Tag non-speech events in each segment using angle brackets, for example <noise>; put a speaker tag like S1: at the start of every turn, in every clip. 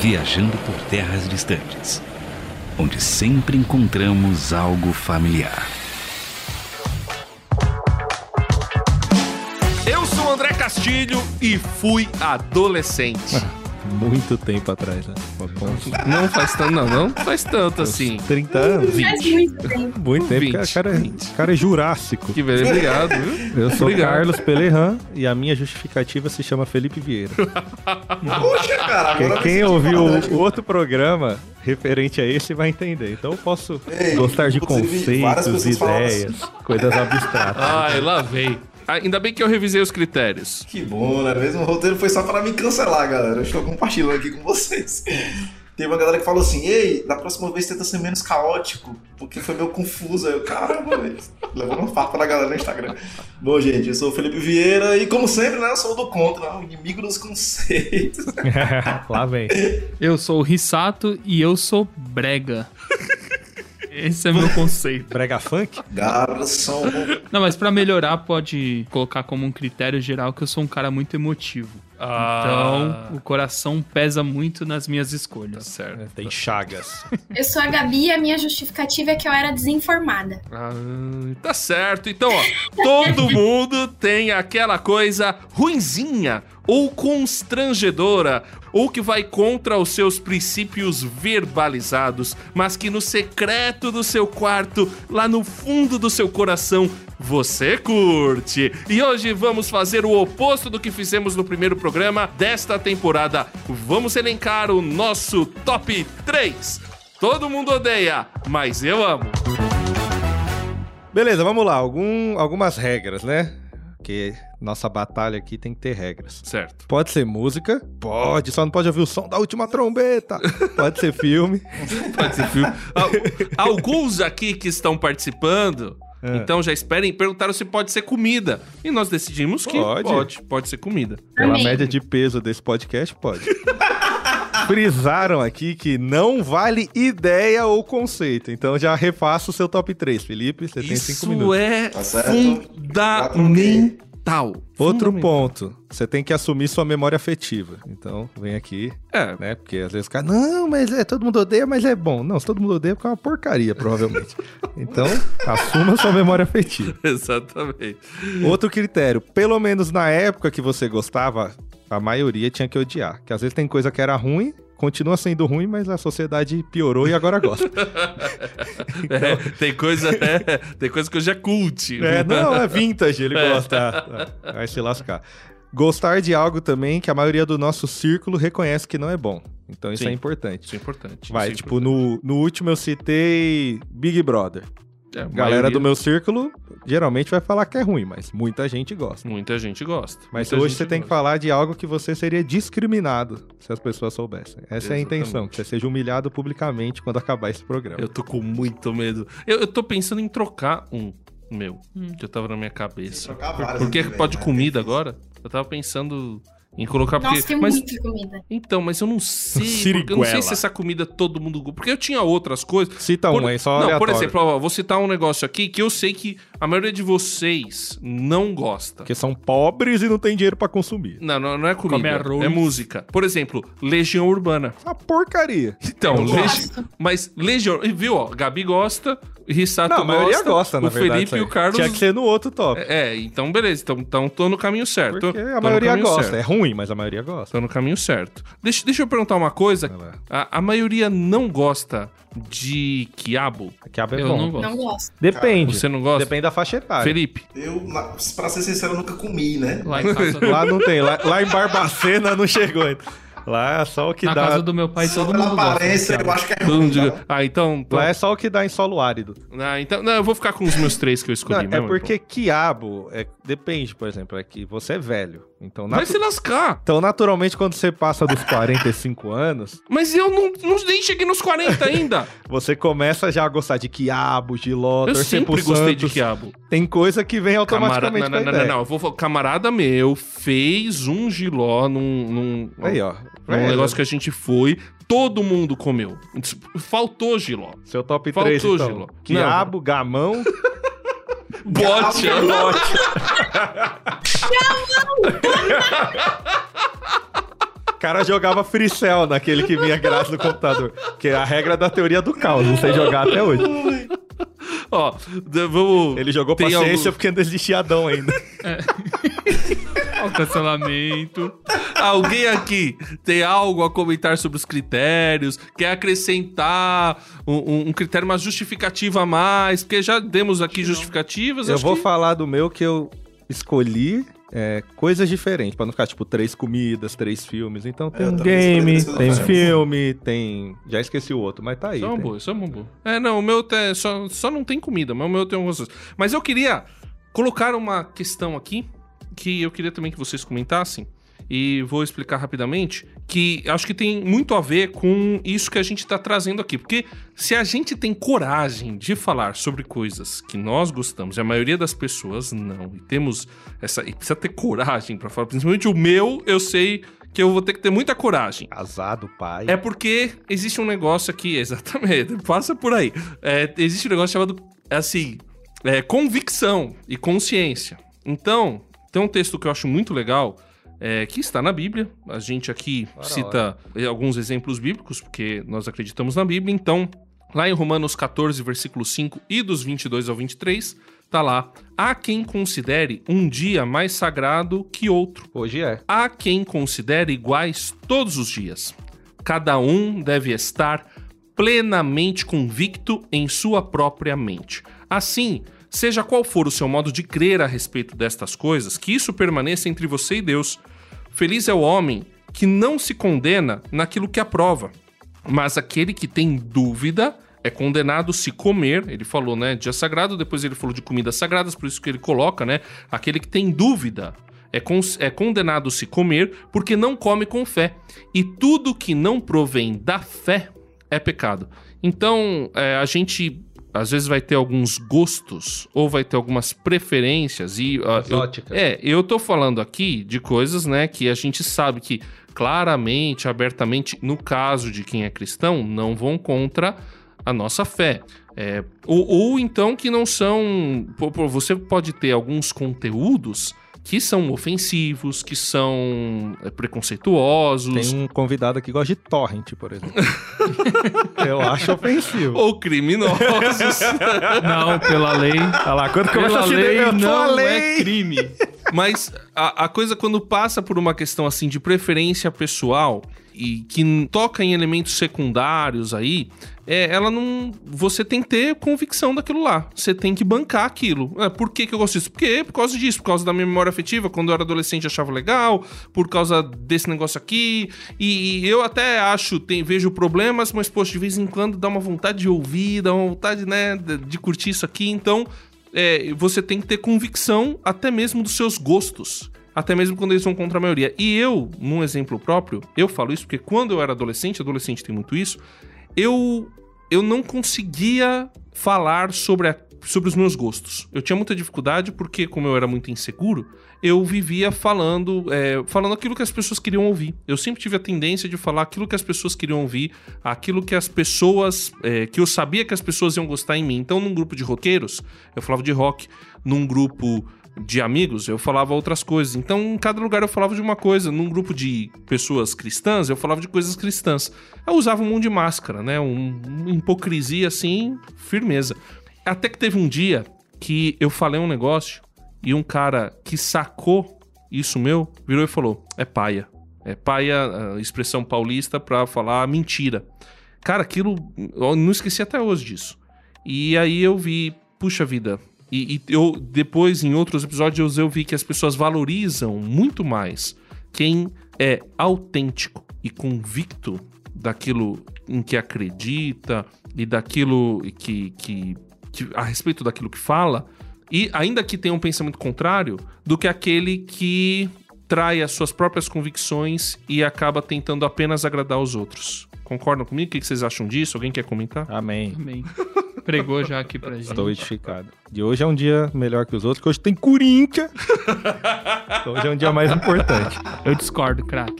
S1: viajando por terras distantes, onde sempre encontramos algo familiar.
S2: Eu sou André Castilho e fui adolescente.
S3: Muito tempo atrás, né? Uma ponte.
S2: Não faz tanto, não, não faz tanto assim.
S3: 30 anos.
S4: Faz muito tempo.
S3: Muito tempo.
S2: 20,
S3: cara, cara, é- cara é jurássico.
S2: Que beleza, obrigado, viu?
S3: Eu sou
S2: Obrigado.
S3: Carlos Pelerran e a minha justificativa se chama Felipe Vieira.
S5: Poxa, cara,
S3: Quem-
S5: agora
S3: Quem
S5: você
S3: ouviu
S5: fala,
S3: o outro programa referente a esse vai entender. Então eu posso
S5: Ei,
S3: gostar de
S5: inclusive,
S3: conceitos,
S5: várias pessoas assim. falam
S3: ideias,
S2: <laughs>
S3: coisas abstratas.
S2: Ai, lá vem. Ainda bem que eu revisei os critérios.
S5: Que bom, né? Mesmo o roteiro foi só para me cancelar, galera. Eu estou compartilhando aqui com vocês. Teve uma galera que falou assim: Ei, da próxima vez tenta ser menos caótico, porque foi meio confuso. Aí eu, caramba, velho. Levou uma farpa da galera no Instagram. Bom, gente, eu sou o Felipe Vieira e, como sempre, né, eu sou do contra, o inimigo dos conceitos.
S3: Lá vem.
S6: Eu sou o Rissato e eu sou brega. Esse é meu conceito.
S3: Brega funk?
S5: Garas são.
S6: Não, mas pra melhorar, pode colocar como um critério geral que eu sou um cara muito emotivo.
S2: Ah,
S3: Ah.
S6: Então, o coração pesa muito nas minhas
S2: Tá
S6: escolhas.
S2: certo.
S3: Tem chagas.
S4: Eu sou a Gabi e a minha justificativa é que eu era desinformada.
S2: Ah, tá certo. Então, ó, todo mundo tem aquela coisa ruinzinha ou constrangedora ou que vai contra os seus princípios verbalizados, mas que no secreto do seu quarto, lá no fundo do seu coração, você curte. E hoje vamos fazer o oposto do que fizemos no primeiro programa desta temporada. Vamos elencar o nosso top 3. Todo mundo odeia, mas eu amo.
S3: Beleza, vamos lá. Algum- algumas regras, né? Porque nossa batalha aqui tem que ter regras.
S2: Certo.
S3: Pode ser música, pode, só não pode ouvir o som da última trombeta. Pode ser filme.
S2: Pode ser filme. Al- Alguns aqui que estão participando,
S3: É.
S2: então já esperem, perguntaram se pode ser comida. E nós decidimos que
S3: Pode.
S2: pode, pode, ser comida.
S3: Pela
S4: Amém.
S3: média de peso desse podcast, pode. Frisaram aqui que não vale ideia ou conceito. Então já refaça o seu top 3, Felipe. Você tem 5
S2: Isso
S3: minutos.
S2: é
S5: Tá certo. Já troquei.
S2: fundamental.
S3: Outro
S2: é Fundamental.
S3: ponto, você tem que assumir sua memória afetiva. Então, vem aqui,
S2: É, <laughs>
S3: né? Porque às vezes o cara, não, mas é, todo mundo odeia, mas é bom. Não, se todo mundo odeia, porque é uma porcaria, provavelmente. então, assuma sua memória afetiva.
S2: exatamente.
S3: Outro critério, pelo menos na época que você gostava, a maioria tinha que odiar. Que às vezes tem coisa que era ruim, continua sendo ruim, mas a sociedade piorou e agora gosta.
S2: É, tem coisa, é, tem coisa que hoje é cult.
S3: <laughs> Então. é, não, é vintage, ele
S2: É.
S3: gosta. Ah, Vai se lascar. Gostar de algo também que a maioria do nosso círculo reconhece que não é bom. Então isso
S2: Sim.
S3: é importante.
S2: Isso é importante.
S3: Vai,
S2: isso é
S3: tipo, no, no último eu citei Big Brother.
S2: importante. É, a
S3: Galera
S2: maioria-
S3: do meu círculo geralmente vai falar que é ruim, mas muita gente gosta.
S2: Muita gente gosta.
S3: Mas
S2: muita
S3: hoje
S2: gente
S3: você tem que
S2: gosta.
S3: falar de algo que você seria discriminado se as pessoas soubessem. Essa é a
S2: Exatamente.
S3: intenção, que você seja humilhado publicamente quando acabar esse programa.
S2: Eu tô com muito medo. Eu, eu tô pensando em trocar um meu, que eu tava na minha cabeça.
S5: Trocar várias
S2: Por que
S5: também,
S2: pode
S5: né?
S2: comida agora? Eu tava pensando em colocar porque.
S4: Nossa, tem
S2: mas,
S4: muita comida.
S2: Então, mas eu não sei.
S3: Siriguela.
S2: Porque eu não sei se essa comida todo mundo. go- Porque eu tinha outras coisas.
S3: Cita
S2: Por-
S3: um aí, só
S2: não,
S3: aleatório.
S2: por exemplo, ó, vou citar um negócio aqui que eu sei que a maioria de vocês não gosta.
S3: Porque são pobres e não tem dinheiro pra consumir.
S2: Não, não, não é
S6: Come
S2: comida.
S6: arroz.
S2: É música. Por exemplo, Legião Urbana.
S3: Essa porcaria.
S2: Então,
S3: Eu
S2: Legi...
S4: gosto.
S2: mas Legião. e Viu, ó, Gabi gosta, Rissato
S3: Não, a maioria gosta,
S2: gosta
S3: na
S2: o
S3: verdade.
S2: Felipe
S3: isso
S2: e
S3: aí.
S2: o Carlos
S3: Tinha que ser no outro top.
S2: É, então beleza. Então, então tô no caminho certo.
S3: porque
S2: Tô
S3: a
S2: no
S3: maioria
S2: caminho
S3: gosta. É
S2: certo.
S3: ruim, mas a maioria gosta.
S2: Tô no caminho certo. Deixa, deixa eu perguntar uma coisa.
S3: Vai lá.
S2: A, a maioria não gosta de quiabo.
S3: Quiabo é
S6: Eu
S3: bom.
S6: não gosto.
S4: Não gosto.
S3: Depende.
S2: Você não gosta?
S3: Depende da faixa etária.
S2: Felipe.
S5: Eu, na- pra ser sincero, eu nunca comi, né?
S6: Lá em casa,
S3: Lá não tem. Lá, lá em Barbacena não chegou ainda. Lá é só o que
S6: na
S3: dá.
S6: casa do meu pai,
S5: Só
S6: todo
S5: pela
S6: mundo gosta.
S5: aparência, eu acho que é
S2: Todo
S5: ruim.
S2: mundo
S5: tá?
S2: diga- Ah, então. então-
S3: Lá é só o que dá em solo árido.
S2: Ah, então. Não, eu vou ficar com os meus três que eu
S3: Não,
S2: escolhi
S3: é
S2: mesmo.
S3: porque quiabo, é, depende, por exemplo, é que você é velho. Então,
S2: Vai
S3: natu-
S2: se lascar.
S3: então, naturalmente, quando você passa dos 45 anos,
S2: Mas eu não, não nem cheguei nos 40
S3: <laughs>
S2: ainda.
S3: você começa já a gostar de quiabo, giló,
S2: eu
S3: torcer pro
S2: sempre gostei de
S3: Santos.
S2: quiabo.
S3: Tem coisa que vem
S2: Camara...
S3: automaticamente
S2: Não, não,
S3: com
S2: não,
S3: a
S2: não,
S3: ideia.
S2: não. Eu vou... falar- Camarada meu fez um giló num. num...
S3: Aí, ó.
S2: É um
S3: Velho,
S2: negócio que a gente foi, todo mundo comeu. Faltou giló.
S3: Seu top
S2: Faltou,
S3: 3, então.
S2: Giló. <laughs>
S3: Quiabo, gamão,
S2: Bote,
S3: <laughs> lote. cara jogava free cell naquele que vinha grátis no computador. Que é a regra da teoria do caos, não sei jogar
S2: <laughs>
S3: até hoje.
S2: Ó, d- vamos.
S3: Ele jogou
S2: Tem
S3: paciência
S2: algum-
S3: porque ainda existia Adão ainda.
S6: Ó, o cancelamento.
S2: Alguém aqui tem algo a comentar sobre os critérios? Quer acrescentar um, um- um critério, uma justificativa a mais? Porque já demos aqui justificativas.
S3: Eu
S2: acho
S3: vou
S2: que-
S3: falar do meu que eu escolhi é, coisas diferentes, pra não ficar tipo três comidas, três filmes. Então tem
S5: É, eu
S3: um
S5: também escolhi
S3: game,
S5: três coisas
S3: tem
S5: diferentes.
S3: filme, tem. Já esqueci o outro, mas tá aí.
S2: Isso é um
S3: tem.
S2: bom, isso é um bom. É, não, o meu te- só, só não tem comida, mas o meu tem algumas coisas. Mas eu queria colocar uma questão aqui que eu queria também que vocês comentassem. E vou explicar rapidamente que acho que tem muito a ver com isso que a gente está trazendo aqui. Porque se a gente tem coragem de falar sobre coisas que nós gostamos, e a maioria das pessoas não, e temos essa. E precisa ter coragem para falar, principalmente o meu, eu sei que eu vou ter que ter muita coragem.
S3: Casado, pai.
S2: É porque existe um negócio aqui, <laughs> exatamente, passa por aí. É, existe um negócio chamado, assim, é, convicção e consciência. Então, tem um texto que eu acho muito legal, é, que está na Bíblia. A gente aqui
S3: Ora,
S2: cita eh, alguns exemplos bíblicos, porque nós acreditamos na Bíblia. Então, lá em Romanos 14, versículo 5 e dos 22 ao 23, tá lá. Há quem considere um dia mais sagrado que outro
S3: Hoje é.
S2: há quem considere iguais todos os dias. Cada um deve estar plenamente convicto em sua própria mente. Assim, seja qual for o seu modo de crer a respeito destas coisas, que isso permaneça entre você e Deus. Feliz é o homem que não se condena naquilo que aprova, mas aquele que tem dúvida é condenado se comer, ele falou, né, dia sagrado, depois ele falou de comidas sagradas, por isso que ele coloca, né, aquele que tem dúvida é, cons- é condenado se comer, porque não come com fé, e tudo que não provém da fé é pecado. Então, é, a gente às vezes vai ter alguns gostos ou vai ter algumas preferências e ah, eu-
S3: Exótica.
S2: é, eu tô falando aqui de coisas, né, que a gente sabe que claramente, abertamente, no caso de quem é cristão, não vão contra a nossa fé. É, ou, ou então que não são. pô, pô, Você pode ter alguns conteúdos que são ofensivos, que são é, preconceituosos.
S3: Tem um convidado aqui que gosta de torrent,
S2: <laughs>
S3: por exemplo. eu acho ofensivo.
S2: Ou criminosos.
S6: Não, pela lei.
S3: Olha Tá lá, quando começa
S6: Pela
S3: a se
S6: lei
S3: defender, eu tô a
S6: não
S3: lei.
S6: é crime.
S2: Mas a, a coisa, quando passa por uma questão assim de preferência pessoal e que n- toca em elementos secundários aí, é, ela não. Você tem que ter convicção daquilo lá. Você tem que bancar aquilo. É, por que, que eu gosto disso? Porque por causa disso, por causa da minha memória afetiva, quando eu era adolescente eu achava legal, por causa desse negócio aqui. E, e eu até acho, tem, vejo problemas, mas, poxa, de vez em quando dá uma vontade de ouvir, dá uma vontade, né, de- de curtir isso aqui. Então, é, você tem que ter convicção até mesmo dos seus gostos. Até mesmo quando eles vão contra a maioria. E eu, num exemplo próprio, eu falo isso porque quando eu era adolescente, adolescente tem muito isso, eu, eu não conseguia falar sobre, a- sobre os meus gostos. Eu tinha muita dificuldade porque, como eu era muito inseguro, eu vivia falando, é, falando aquilo que as pessoas queriam ouvir. Eu sempre tive a tendência de falar aquilo que as pessoas queriam ouvir, aquilo que as pessoas, é, que eu sabia que as pessoas iam gostar em mim. Então, num grupo de roqueiros, eu falava de rock. Num grupo de amigos, eu falava outras coisas. Então, em cada lugar eu falava de uma coisa. Num grupo de pessoas cristãs, eu falava de coisas cristãs. Eu usava um monte de máscara, né? Um- uma hipocrisia assim, firmeza. Até que teve um dia que eu falei um negócio e um cara que sacou isso meu virou e falou: é paia. É paia, a expressão paulista pra falar mentira. Cara, aquilo. Eu não esqueci até hoje disso. E aí eu vi, puxa vida. E, e eu depois, em outros episódios, eu vi que as pessoas valorizam muito mais quem é autêntico e convicto daquilo em que acredita e daquilo que- que, que a respeito daquilo que fala e ainda que tenha um pensamento contrário do que aquele que trai as suas próprias convicções e acaba tentando apenas agradar os outros. Concordam comigo? O que que vocês acham disso? Alguém quer comentar?
S3: Amém.
S6: Amém. Pregou já aqui pra gente.
S3: Estou edificado. E hoje é um dia melhor que os outros, que hoje tem Corinthians. então hoje é um dia mais importante.
S6: Eu discordo, craque.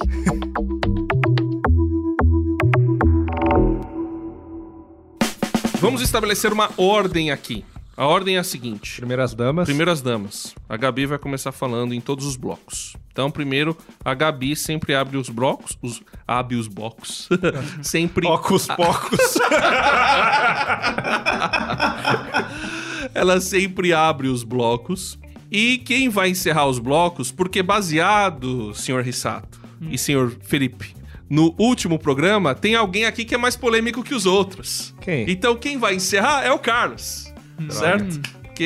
S2: Vamos estabelecer uma ordem aqui. A ordem é a seguinte:
S3: Primeiras damas.
S2: primeiro as damas. A Gabi vai começar falando em todos os blocos. Então, primeiro, a Gabi sempre abre os blocos, os abre os blocos. <laughs> sempre
S3: Pocos, pocos.
S2: Ela sempre abre os blocos. E quem vai encerrar os blocos, porque baseado, senhor Rissato e senhor Felipe, no último programa, tem alguém aqui que é mais polêmico que os outros.
S3: Quem?
S2: Então quem vai encerrar é o Carlos. Certo? Porque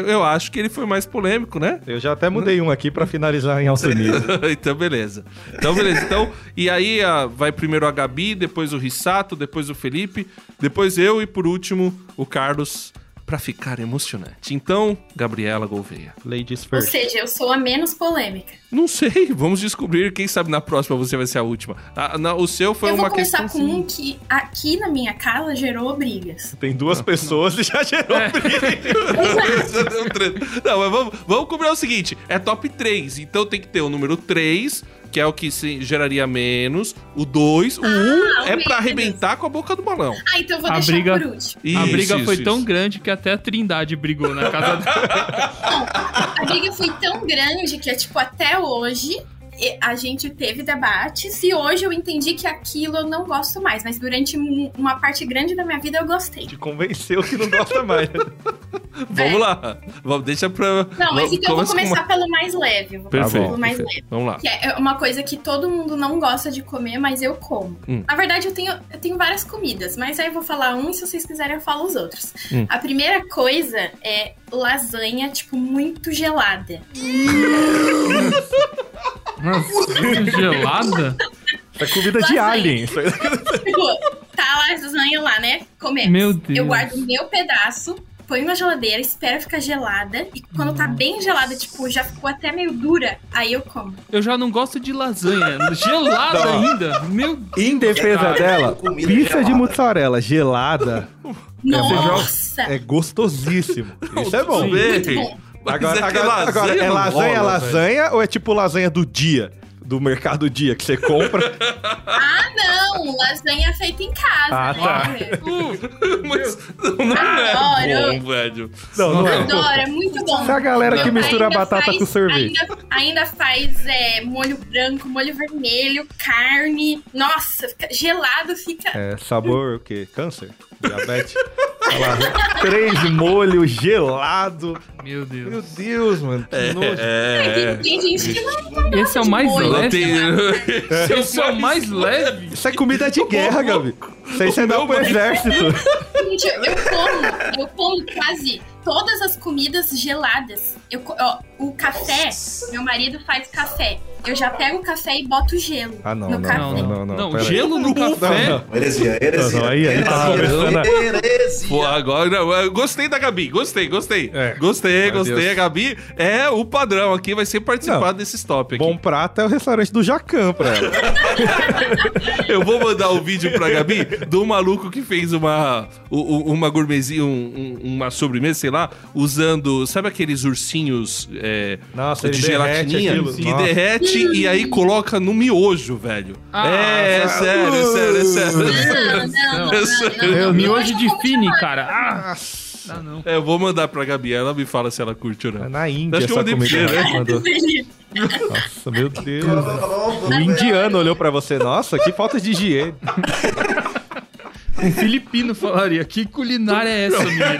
S2: eu, eu acho que ele foi mais polêmico, né?
S3: Eu já até mudei um aqui pra finalizar em alto nível.
S2: <laughs> então, beleza. Então, beleza. Então, e aí a- vai primeiro a Gabi, depois o Rissato, depois o Felipe, depois eu e por último o Carlos, pra ficar emocionante. Então, Gabriela Gouveia.
S3: Ladies
S4: Ou
S3: first.
S4: seja, eu sou a menos polêmica.
S2: Não sei, <laughs> vamos descobrir. Quem sabe na próxima você vai ser a última. Ah, na- o seu foi
S4: eu vou
S2: uma
S4: começar
S2: questão.
S4: com
S2: <laughs>
S4: um que aqui na minha casa gerou brigas.
S3: Tem duas pessoas e já gerou um
S4: Ah,
S2: Já deu treta. Não, mas vamos, vamos cobrar o seguinte: é top 3. Então tem que ter o número 3, que é o que se geraria menos. O 2. O 1
S4: Ah, o
S2: é
S4: menos.
S2: pra arrebentar com a boca do balão.
S4: Ah, então eu vou
S6: A
S4: deixar
S6: briga-
S4: por último.
S6: a briga
S2: Isso,
S6: foi
S2: isso,
S6: tão
S2: isso.
S6: grande que até a Trindade brigou na
S3: <laughs>
S6: casa dela.
S4: A briga foi tão grande que é tipo até hoje e- a gente teve debates e hoje eu entendi que aquilo eu não gosto mais, mas durante um- uma parte grande da minha vida eu gostei.
S3: Te convenceu que não gosta mais. <laughs>
S2: Vamos lá. Vamos, deixa pra.
S4: É. Não, mas
S2: vamos-
S4: então eu vou
S2: começa com uma-
S4: começar pelo mais leve. eu vou começar
S3: Tá
S2: Perfeito.
S4: Pelo mais
S2: perfeito.
S4: leve.
S2: Vamos lá.
S4: Que é uma coisa que todo mundo não gosta de comer, mas eu como.
S2: Hum.
S4: Na verdade, eu tenho, eu tenho várias comidas, mas aí eu vou falar um e se vocês quiserem eu falo os outros.
S2: Hum.
S4: A primeira coisa é lasanha, tipo, muito gelada. <laughs>
S6: <laughs> Nossa, gelada?
S3: Isso é comida de
S4: Lasanha.
S3: alien. Isso é-
S4: Tipo, tá a lasanha lá, né? Comemos.
S6: Meu Deus.
S4: Eu guardo o meu pedaço, ponho na geladeira, espero ficar gelada. E quando tá bem gelada, tipo, já ficou até meio dura, aí eu como.
S6: Eu já não gosto de lasanha. Gelada
S3: Não.
S6: ainda? Meu Deus.
S3: Em defesa
S5: Gelada,
S3: dela,
S5: comida
S3: pizza de
S5: gelada.
S3: mussarela gelada
S4: Nossa!
S3: é gostosíssimo. Isso é bom.
S2: Tudo
S6: Sim.
S2: bem.
S4: Muito bom.
S2: Mas é
S3: Agora,
S2: que
S3: agora, agora, é
S2: não
S3: lasanha,
S2: rola, velho.
S3: lasanha ou é tipo lasanha do dia? Do mercado dia que você compra?
S4: Ah, não! Lasanha é feita em casa.
S3: Ah, tá.
S4: né?
S2: Uh, mas não, não é
S4: Adoro.
S2: bom, velho.
S3: <laughs> não, não é.
S4: Adoro, é muito bom.
S3: Essa galera que
S4: Meu,
S3: mistura
S4: ainda
S3: batata
S4: faz-
S3: com sorvete.
S4: Ainda, ainda faz é, molho branco, molho vermelho, carne. Nossa, fica- gelado fica.
S3: É, sabor o quê? Câncer? Diabetes? Sei lá, <laughs> Três molhos gelado.
S6: Meu Deus.
S3: Meu Deus, mano. Que nojo.
S2: É.
S4: Tem, tem gente que não.
S6: Esse é o mais
S4: Molho.
S2: Ela
S6: leve.
S2: tem.
S6: Esse é o mais leve.
S3: Isso é comida de guerra, Gabi. Isso aí você dá
S2: meu
S3: pro exército.
S4: Gente, eu, eu como, eu como quase todas as comidas geladas. Eu, co- ó, o café, meu marido faz café. Eu já pego o café e boto gelo.
S3: <laughs> Ah, não,
S4: no
S3: não,
S4: café.
S6: Não,
S3: não,
S6: não,
S3: não,
S6: não.
S3: pera aí.
S6: Gelo no café.
S3: Não, não.
S5: Heresia, heresia.
S3: Não, não, aí- aí tá
S5: Heresia,
S3: começando a-
S5: heresia.
S2: Pô, agora não, eu gostei da Gabi, gostei, gostei.
S3: É.
S2: Gostei,
S3: Meu
S2: gostei.
S3: Deus.
S2: A Gabi é o padrão aqui, vai ser participar
S3: Não.
S2: desses top aqui.
S3: Bom prato é o restaurante do Jacan pra ela.
S2: Eu vou mandar o vídeo pra Gabi do maluco que fez uma, u- u- uma gourmetzinha, um- um- uma sobremesa, sei lá, usando, sabe aqueles ursinhos é,
S3: Nossa, ele
S2: de
S3: derrete
S2: gelatininha?
S3: aquilo.
S2: Que
S3: Nossa.
S2: derrete e aí coloca no miojo, velho.
S6: Ah,
S2: é, é
S3: ah,
S2: sério, é sério, é sério.
S4: Não, não, não, não,
S6: Eu
S4: não.
S6: me hoje de
S4: eu como
S6: Fini, cara. Ah, dá não.
S2: É, Eu vou mandar pra Gabi, ela me fala se ela curte ou
S3: É
S2: não.
S3: Na Índia,
S2: Acho que eu
S3: essa
S2: mandei
S3: comida.
S2: pra você, né?
S3: ela mandou.
S4: gelado.
S3: Nossa, meu Deus.
S5: Prova,
S3: O indiano olhou pra você. Nossa, que falta de higiene.
S6: Um filipino falaria. Que culinária é essa, menina?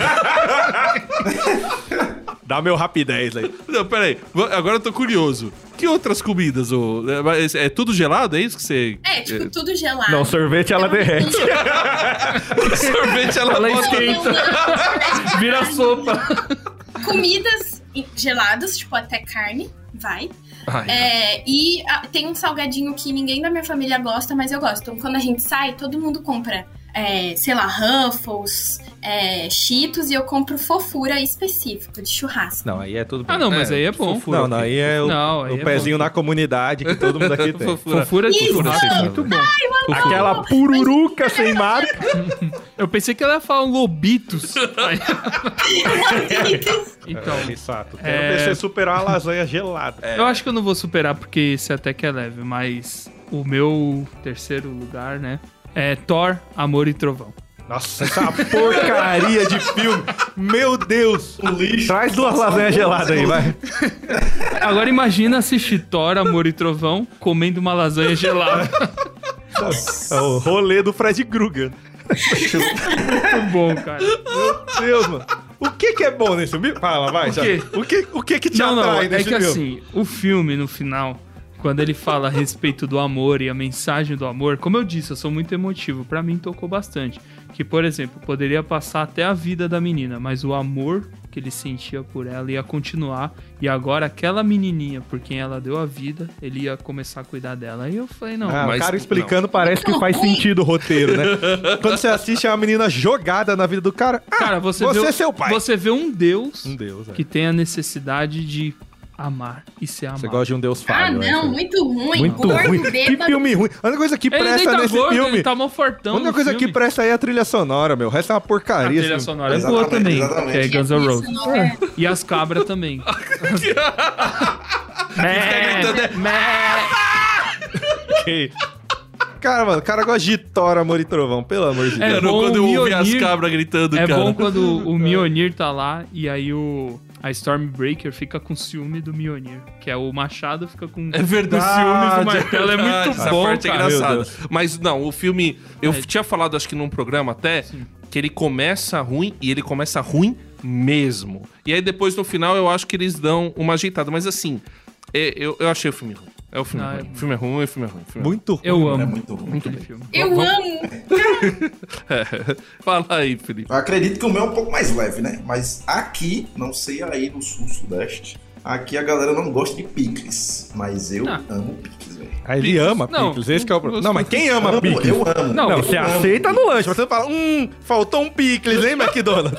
S3: Dá meu rapidez aí.
S2: Não, peraí, va- agora eu tô curioso. Que outras comidas? ô? É, mas é tudo gelado? É isso que você.
S4: É, tipo, tudo gelado.
S3: Não, sorvete
S4: é
S3: ela derrete.
S2: <laughs> Sorvete ela,
S6: Ela
S2: bota-
S4: Então,
S6: esquenta. Vira sopa.
S4: <laughs> comidas geladas, tipo até carne, vai.
S2: Ai,
S4: É, e ah, tem um salgadinho que ninguém da minha família gosta, mas eu gosto. Então, quando a gente sai, todo mundo compra, é, sei lá, Ruffles, é, Cheetos, e eu compro fofura específico de churrasco.
S3: Não, aí é tudo bem.
S6: Ah, não, mas aí é bom.
S3: Não, não, aí é o,
S6: Não, aí
S3: o
S6: é
S3: pezinho na comunidade que todo mundo aqui tem.
S2: Fofura.
S6: Fofura de
S4: Isso!
S6: churrasco é muito bom. Fofura.
S4: Ah,
S3: Aquela pururuca sem marca.
S6: Eu pensei que ela ia falar um <laughs> lobitos. Aí- então,
S3: Rissato, quero
S6: É.
S3: você superar uma lasanha gelada.
S6: eu acho que eu não vou superar porque esse até que é leve, mas o meu terceiro lugar, né? É Thor, Amor e Trovão.
S3: Nossa, essa porcaria de filme. Meu Deus.
S5: O lixo.
S3: Traz duas lasanhas geladas aí, vai.
S6: Agora imagina assistir Thor, Amor e Trovão comendo uma lasanha gelada.
S3: <laughs> É o rolê do Fred Krueger.
S6: Muito Tá bom, cara.
S3: Meu Deus, mano. O que que é bom nesse filme? Fala, vai.
S6: O
S3: já.
S6: quê?
S3: O, que, o que que te
S6: Não, não,
S3: atrai
S6: é
S3: nesse
S6: que
S3: filme?
S6: assim, o filme no final, quando ele fala a respeito do amor e a mensagem do amor, como eu disse, eu sou muito emotivo, Pra mim tocou bastante. Que, por exemplo, poderia passar até a vida da menina, mas o amor que ele sentia por ela ia continuar e agora aquela menininha por quem ela deu a vida, ele ia começar a cuidar dela. E eu falei, não,
S3: Ah,
S2: mas-
S3: o cara explicando parece que
S4: é.
S3: faz sentido o roteiro, né? Quando você assiste é uma menina jogada na vida do cara. Ah,
S6: cara, você,
S3: você
S6: vê,
S3: é seu pai.
S6: você vê um Deus
S3: Um deus, é.
S6: que tá tem a necessidade de amar e ser amado.
S3: Você gosta de um deus
S4: Ah,
S3: falho. né?
S4: não, muito ruim.
S3: Muito
S4: gordo,
S3: ruim. Que
S4: bêbado.
S3: filme ruim. A única coisa que
S6: Ele nem
S3: presta
S6: tá
S3: nesse
S6: gordo,
S3: filme...
S6: ele tá mó
S3: A
S6: fortão.
S3: única
S6: no
S3: coisa que
S6: filme.
S3: presta aí é a trilha sonora, meu. O resto é uma
S6: A
S3: porcaria.
S6: trilha
S3: esse filme.
S6: sonora é boa
S5: Exatamente,
S6: também,
S5: exatamente.
S6: que é Guns N' Roses.
S4: Isso, é.
S6: E as
S3: <laughs>
S6: cabras também.
S2: é,
S6: Mé, mé.
S3: <laughs> Cara, mano, o cara gosta de Thor, Amor e Trovão. Pelo amor de Deus.
S6: É
S2: Cara,
S6: bom
S2: quando eu
S6: o
S2: ouvi as
S6: Mjolnir-
S2: cabras gritando,
S6: É
S2: cara.
S6: bom quando o Mionir tá lá e aí o... A Stormbreaker fica com ciúme do Mionir, que é o Machado fica com
S2: É verdade.
S6: com ciúme do martelo. É
S2: verdade,
S6: muito
S2: Essa
S6: bom,
S2: parte é
S6: cara.
S3: Meu
S2: engraçada.
S3: Deus.
S2: Mas não, o filme. Eu
S6: É.
S2: tinha falado, acho que num programa até, que ele começa ruim e ele começa ruim mesmo. E aí depois no final eu acho que eles dão uma ajeitada. Mas assim, é, eu, eu achei o filme ruim. É o filme
S6: Ah, é
S2: ruim. O filme é ruim, o filme é ruim. o filme é ruim.
S3: Muito ruim.
S6: Eu
S5: É
S6: amo
S5: muito ruim.
S6: aquele filme.
S4: Eu amo.
S2: É. <laughs> Fala aí, Felipe.
S5: Eu acredito que o meu é um pouco mais leve, né? Mas aqui, não sei aí no sul-sudeste, aqui a galera não gosta de picles. Mas eu
S6: Ah.
S5: amo picles, velho.
S3: Ah, ele ama
S6: Não,
S3: picles, esse que é o problema. Não, mas quem ama
S5: Amo,
S3: picles?
S5: Eu amo.
S6: Não,
S3: Não,
S5: eu
S3: você
S5: amo.
S3: aceita no lanche, mas você fala, hum, faltou um picles, hein, McDonald's?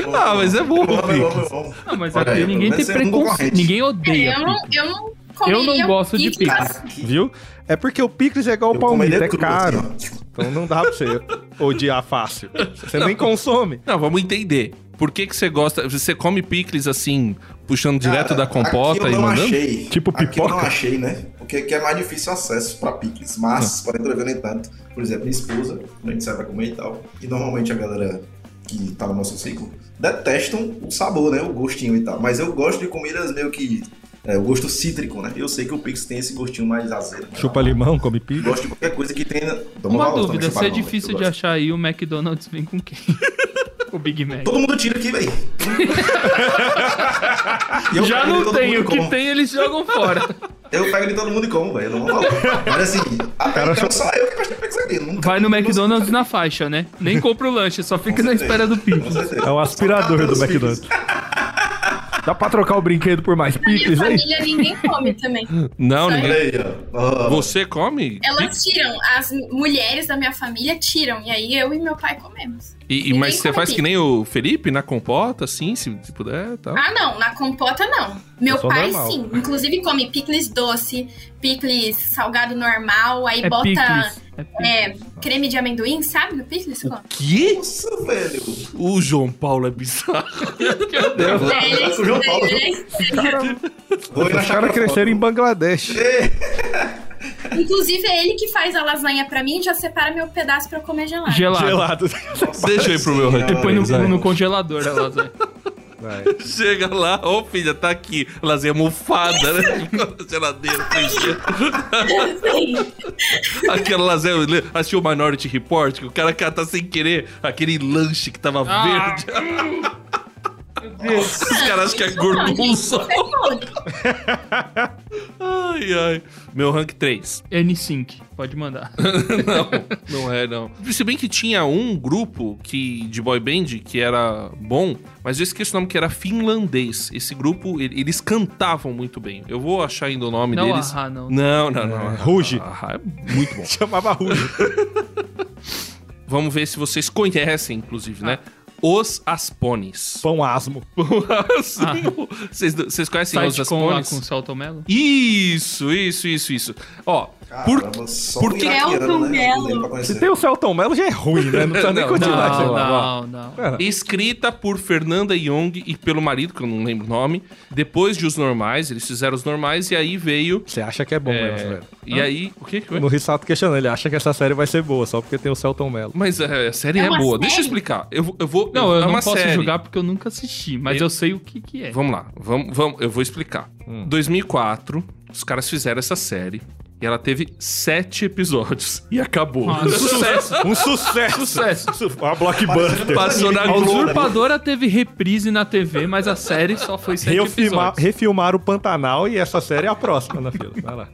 S5: Eu amo,
S2: Ah, mas é bom,
S5: Eu amo, eu amo,
S3: picles.
S5: eu amo.
S6: Não, mas
S5: Olha
S6: aqui
S5: aí,
S6: ninguém
S5: pelo
S6: tem
S5: menos é um
S6: preconceito.
S5: concorrente.
S6: Ninguém odeia.
S4: Eu não,
S6: pizza.
S4: eu não comeria
S6: Eu não gosto de
S4: pizza.
S6: pizza.
S3: <laughs> Viu? É porque o picles é igual o
S5: Eu comeria
S3: palmito, é
S5: tudo,
S3: caro.
S5: assim, ó.
S3: Então não dá pra <laughs> você odiar fácil. Você nem consome.
S2: Não, vamos entender. Por que, que você gosta. Você come picles assim, puxando direto
S5: Cara,
S2: da compota
S5: aqui
S2: e
S5: eu não
S2: mandando?
S5: Achei.
S3: Tipo
S5: Aqui eu não
S3: pipoca?
S5: achei, né? Porque aqui é mais difícil o acesso pra picles, mas,
S2: Ah.
S5: porém, todavia, nem tanto. Por exemplo, minha esposa, quando a gente sai pra comer e tal, e normalmente a galera que tá no nosso ciclo detestam o sabor, né? O gostinho e tal. Mas eu gosto de comidas meio que. É, o gosto cítrico, né? Eu sei que o Pix tem esse gostinho mais azedo. né?
S3: Chupa limão, come picles.
S5: Gosto de qualquer coisa que tenha. Toma
S6: Uma
S5: valor, também,
S6: dúvida,
S5: chupa
S6: se é
S5: limão, né?
S6: difícil
S5: eu
S6: de
S5: gosto.
S6: achar aí, o McDonald's vem com quem? <laughs> o Big Mac.
S5: Todo mundo tira aqui,
S6: <laughs>
S5: velho. E eu
S6: Já
S5: pego de
S6: não
S5: todo
S6: tem,
S5: mundo
S6: o
S5: e como.
S6: que tem eles jogam fora.
S5: Eu pego de todo mundo e como, velho. Eu não vou falar. Mas assim, até
S3: Cara,
S5: então só eu que gosto de pizza aqui. Nunca
S6: Vai no
S5: nunca-
S6: McDonald's na faixa, né? Nem compra o lanche, só fica na espera do
S5: Com
S6: Pix.
S5: certeza.
S3: É o aspirador do
S5: Os
S3: McDonald's. Dá pra trocar o brinquedo por mais é
S4: Minha
S3: picles,
S6: é
S3: hein?
S4: família ninguém come também.
S2: Não,
S5: Olha
S2: ninguém.
S5: aí, ó. Ó,
S2: Você come?
S4: Elas tiram, as mulheres da minha família tiram. E aí eu e meu pai comemos.
S2: E, e-
S4: Ninguém
S2: mas você
S4: come
S2: faz que
S4: pizza.
S2: nem o Felipe, na compota, assim, se se puder e tal.
S4: Ah, não, na compota não. Meu
S3: Eu sou
S4: pai
S3: normal.
S4: sim. Inclusive come picles doce, picles salgado normal, aí
S6: É
S4: bota
S6: picles. É picles.
S4: é, creme de amendoim, sabe? No picles?
S5: <laughs>
S4: Scott?
S2: Que?
S5: Nossa, velho.
S2: O João Paulo é bizarro.
S4: É, ele-
S5: Agora com o João Paulo.
S4: ele-
S5: Vou ir na
S3: Os caras
S5: chácara
S3: cresceram em
S5: Paulo.
S3: Bangladesh.
S4: Inclusive, é ele que faz a lasanha pra mim e já separa meu pedaço pra eu comer gelado. <laughs>
S6: Gelado.
S3: Gelado.
S2: <laughs>
S3: <laughs>
S2: Deixa aí pro meu
S5: Nossa
S2: ranking.
S6: Põe no,
S2: Exato.
S6: no congelador é a lasanha.
S3: Vai.
S2: <laughs> Chega lá, ô filha, tá aqui. Lasanha mofada, né? <laughs> Geladeira, fechada. Aquela lasanha, assistiu o Minority Report, que o cara cata sem querer aquele lanche que tava
S6: Ah.
S2: verde. <laughs> Os caras acham que é gorgonzola. Ai, ai. Meu rank 3.
S6: N5, É pode mandar.
S2: não, não é, não. Se bem que tinha um grupo que, de boy band que era bom, mas eu esqueci o nome, que era finlandês. Esse grupo, ele- eles cantavam muito bem. Eu vou achar ainda o nome
S6: Não,
S2: deles.
S6: ah, não.
S2: Não, não, não.
S3: Ruge.
S2: Ah, é muito bom.
S3: Chamava Ruge.
S2: Vamos ver se vocês conhecem, inclusive, né?
S6: Ah.
S2: Os
S6: <laughs>
S2: Aspones.
S3: Pão asmo.
S2: Assim, Vocês vocês conhecem os
S6: Ah. Site com lá
S2: Aspones?
S6: com o Celto Melo?
S2: Isso, isso, isso, isso. Ó,
S5: Caramba, só
S2: por
S5: o
S2: que-
S5: iraquiano,
S4: Elton
S5: né?
S4: Mello.
S5: Não dei pra conhecer.
S3: Se tem o Celton Mello, já é ruim, né? Não precisa nem
S2: Não,
S3: continuar. sei lá.
S6: Não, não, não.
S3: Cara,
S2: Escrita por Fernanda Young e pelo marido, que eu não lembro o nome. Depois de Os Normais, eles fizeram Os Normais e aí veio...
S3: Você acha que é bom
S2: é,
S3: mesmo, velho.
S2: e aí... O que que foi?
S3: No Rissato questionando, ele acha que essa série vai ser boa, só porque tem o Celton Mello.
S2: Mas é, a série
S4: É
S2: é,
S4: uma
S2: boa.
S4: série?
S2: Deixa eu explicar. Eu, vou- eu vou...
S6: Não,
S2: é
S6: eu não
S2: uma
S6: posso
S2: série.
S6: julgar porque eu nunca assisti, mas eu, sei o que que é.
S2: Vamos lá, vamos, vamos, eu vou explicar.
S6: Hum.
S2: 2004, os caras fizeram essa série e ela teve sete episódios <laughs> e acabou.
S6: Ah, sucesso.
S3: Um sucesso!
S6: Sucesso.
S3: Uma blockbuster.
S2: Passou na
S6: A
S2: Globo.
S6: Usurpadora teve reprise na TV, mas a série só foi sete
S3: Reufilma-
S6: episódios.
S3: refilmar o Pantanal e essa série é a próxima na fila. Vai lá.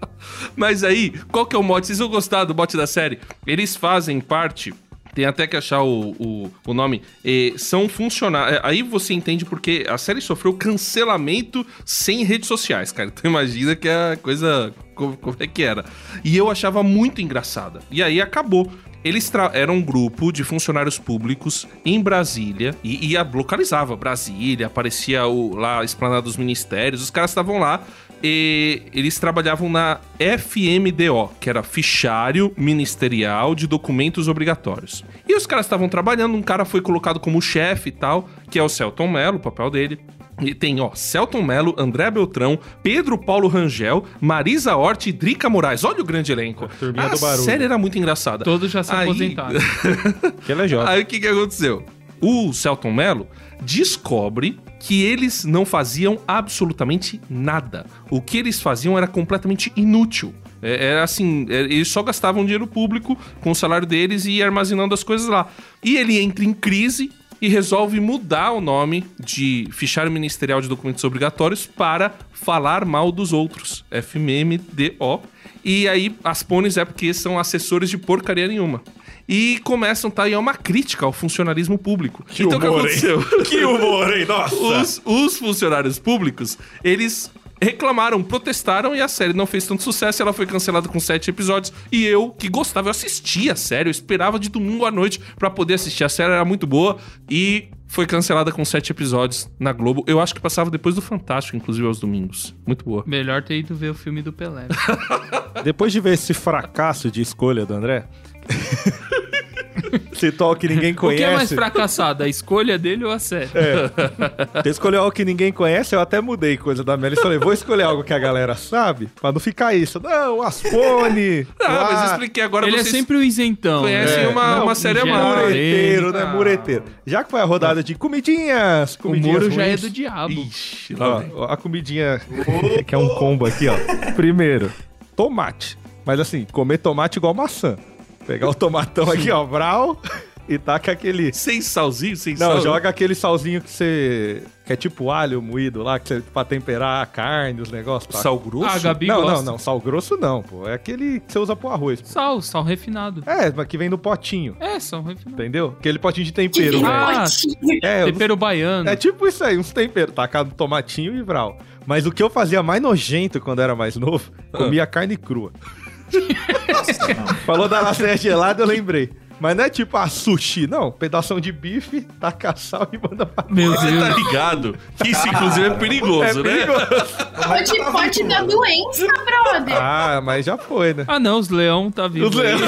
S2: Mas aí, qual que é o mote? Vocês vão gostar do mote da série? Eles fazem parte. Tem até que achar o, o, o nome. eh, são funcionários. Aí você entende porque a série sofreu cancelamento sem redes sociais, cara. Então imagina que a coisa. Como, como é que era? E eu achava muito engraçada. E aí acabou. Eles tra- eram um grupo de funcionários públicos em Brasília e, e a- localizava Brasília, aparecia o, lá a esplanada dos ministérios, os caras estavam lá e eles trabalhavam na FMDO, que era Fichário Ministerial de Documentos Obrigatórios. E os caras estavam trabalhando, um cara foi colocado como chefe e tal, que é o Celton Mello, o papel dele. E tem, ó, Celton Mello, André Beltrão, Pedro Paulo Rangel, Marisa Hort e Drica Moraes. Olha o grande elenco.
S3: turminha
S2: a
S3: do barulho.
S2: série era muito engraçada.
S6: Todos já se
S2: Aí-
S6: aposentaram.
S3: Que ele é jovem.
S2: Aí o que, que aconteceu? O Celton Mello descobre que eles não faziam absolutamente nada. O que eles faziam era completamente inútil. É- Era assim, é- eles só gastavam dinheiro público com o salário deles e ia armazenando as coisas lá. E ele entra em crise e resolve mudar o nome de Fichário Ministerial de Documentos Obrigatórios para Falar Mal dos Outros, FMMDO. E aí as pones é porque são assessores de porcaria nenhuma e começam, tá? E é uma crítica ao funcionalismo público. então o <laughs> que aconteceu?
S3: <laughs> Que humor, hein? Nossa!
S2: Os, os funcionários públicos, eles reclamaram, protestaram e a série não fez tanto sucesso. Ela foi cancelada com sete episódios. E eu, que gostava, eu assistia a série, eu esperava de domingo à noite pra poder assistir. A série era muito boa e foi cancelada com sete episódios na Globo. Eu acho que passava depois do Fantástico, inclusive aos domingos. Muito boa.
S6: Melhor ter ido ver o filme do
S3: <laughs>
S6: Pelé.
S3: Depois de ver esse fracasso de escolha do André, <laughs> esse tal que ninguém
S6: O que é mais
S3: conhece. É.
S6: fracassado, a escolha dele ou a série?
S3: Você escolheu algo que ninguém conhece, eu até mudei coisa da minha lista. Falei, vou escolher algo que a galera sabe, pra não ficar isso. Não, Aspone!
S2: Ah, mas
S3: lá, É.
S2: expliquei agora.
S6: Ele é
S2: vocês
S6: sempre o isentão.
S2: conhecem
S6: né?
S2: uma,
S6: Não,
S2: uma série a
S6: em
S2: mais.
S6: geral,
S3: Mureteiro, né?
S6: Ah.
S3: Mureteiro. Já que foi a rodada de comidinhas,
S6: O
S3: comidinhas
S6: muro já é
S3: ruins.
S6: do diabo.
S2: Ixi, lá vem.
S3: Ó, a comidinha que é um combo aqui, ó. Primeiro, tomate. Mas assim, comer tomate igual maçã. Pegar o tomatão aqui, ó, brau, e taca aquele.
S2: Sem salzinho, sem
S3: Não,
S2: sal.
S3: joga aquele salzinho que você. que é tipo alho moído lá, que você, pra temperar a carne, os negócios. Tá?
S2: Sal grosso?
S6: Ah, a Gabi
S3: Não,
S6: gosta.
S3: não, não. Sal grosso não, pô. É aquele que você usa pro arroz.
S6: Sal, sal refinado.
S3: É, mas que vem no potinho,
S6: É, sal refinado.
S3: entendeu? Aquele potinho de tempero,
S6: Ah,
S3: velho. É, eu não
S6: Tempero baiano.
S3: É tipo isso aí, uns temperos, tacar no tomatinho e vral. Mas o que eu fazia mais nojento quando era mais novo,
S6: Ah.
S3: comia carne
S6: <laughs>
S3: crua.
S5: Nossa, não.
S3: Falou da lasanha gelada, eu lembrei. Mas não é tipo a sushi, não. Pedação de bife, taca sal e manda pra...
S6: Meu
S2: Você tá
S6: Deus.
S2: ligado? Que isso, inclusive, é perigoso,
S3: <laughs> É
S2: né?
S3: perigoso.
S5: Vai
S4: Pode,
S5: tá
S4: pode
S5: vivo,
S4: dar
S5: mano.
S4: doença, brother.
S3: Ah, mas já foi, né?
S6: Ah, não, os leão tá vivo.
S3: Os leões-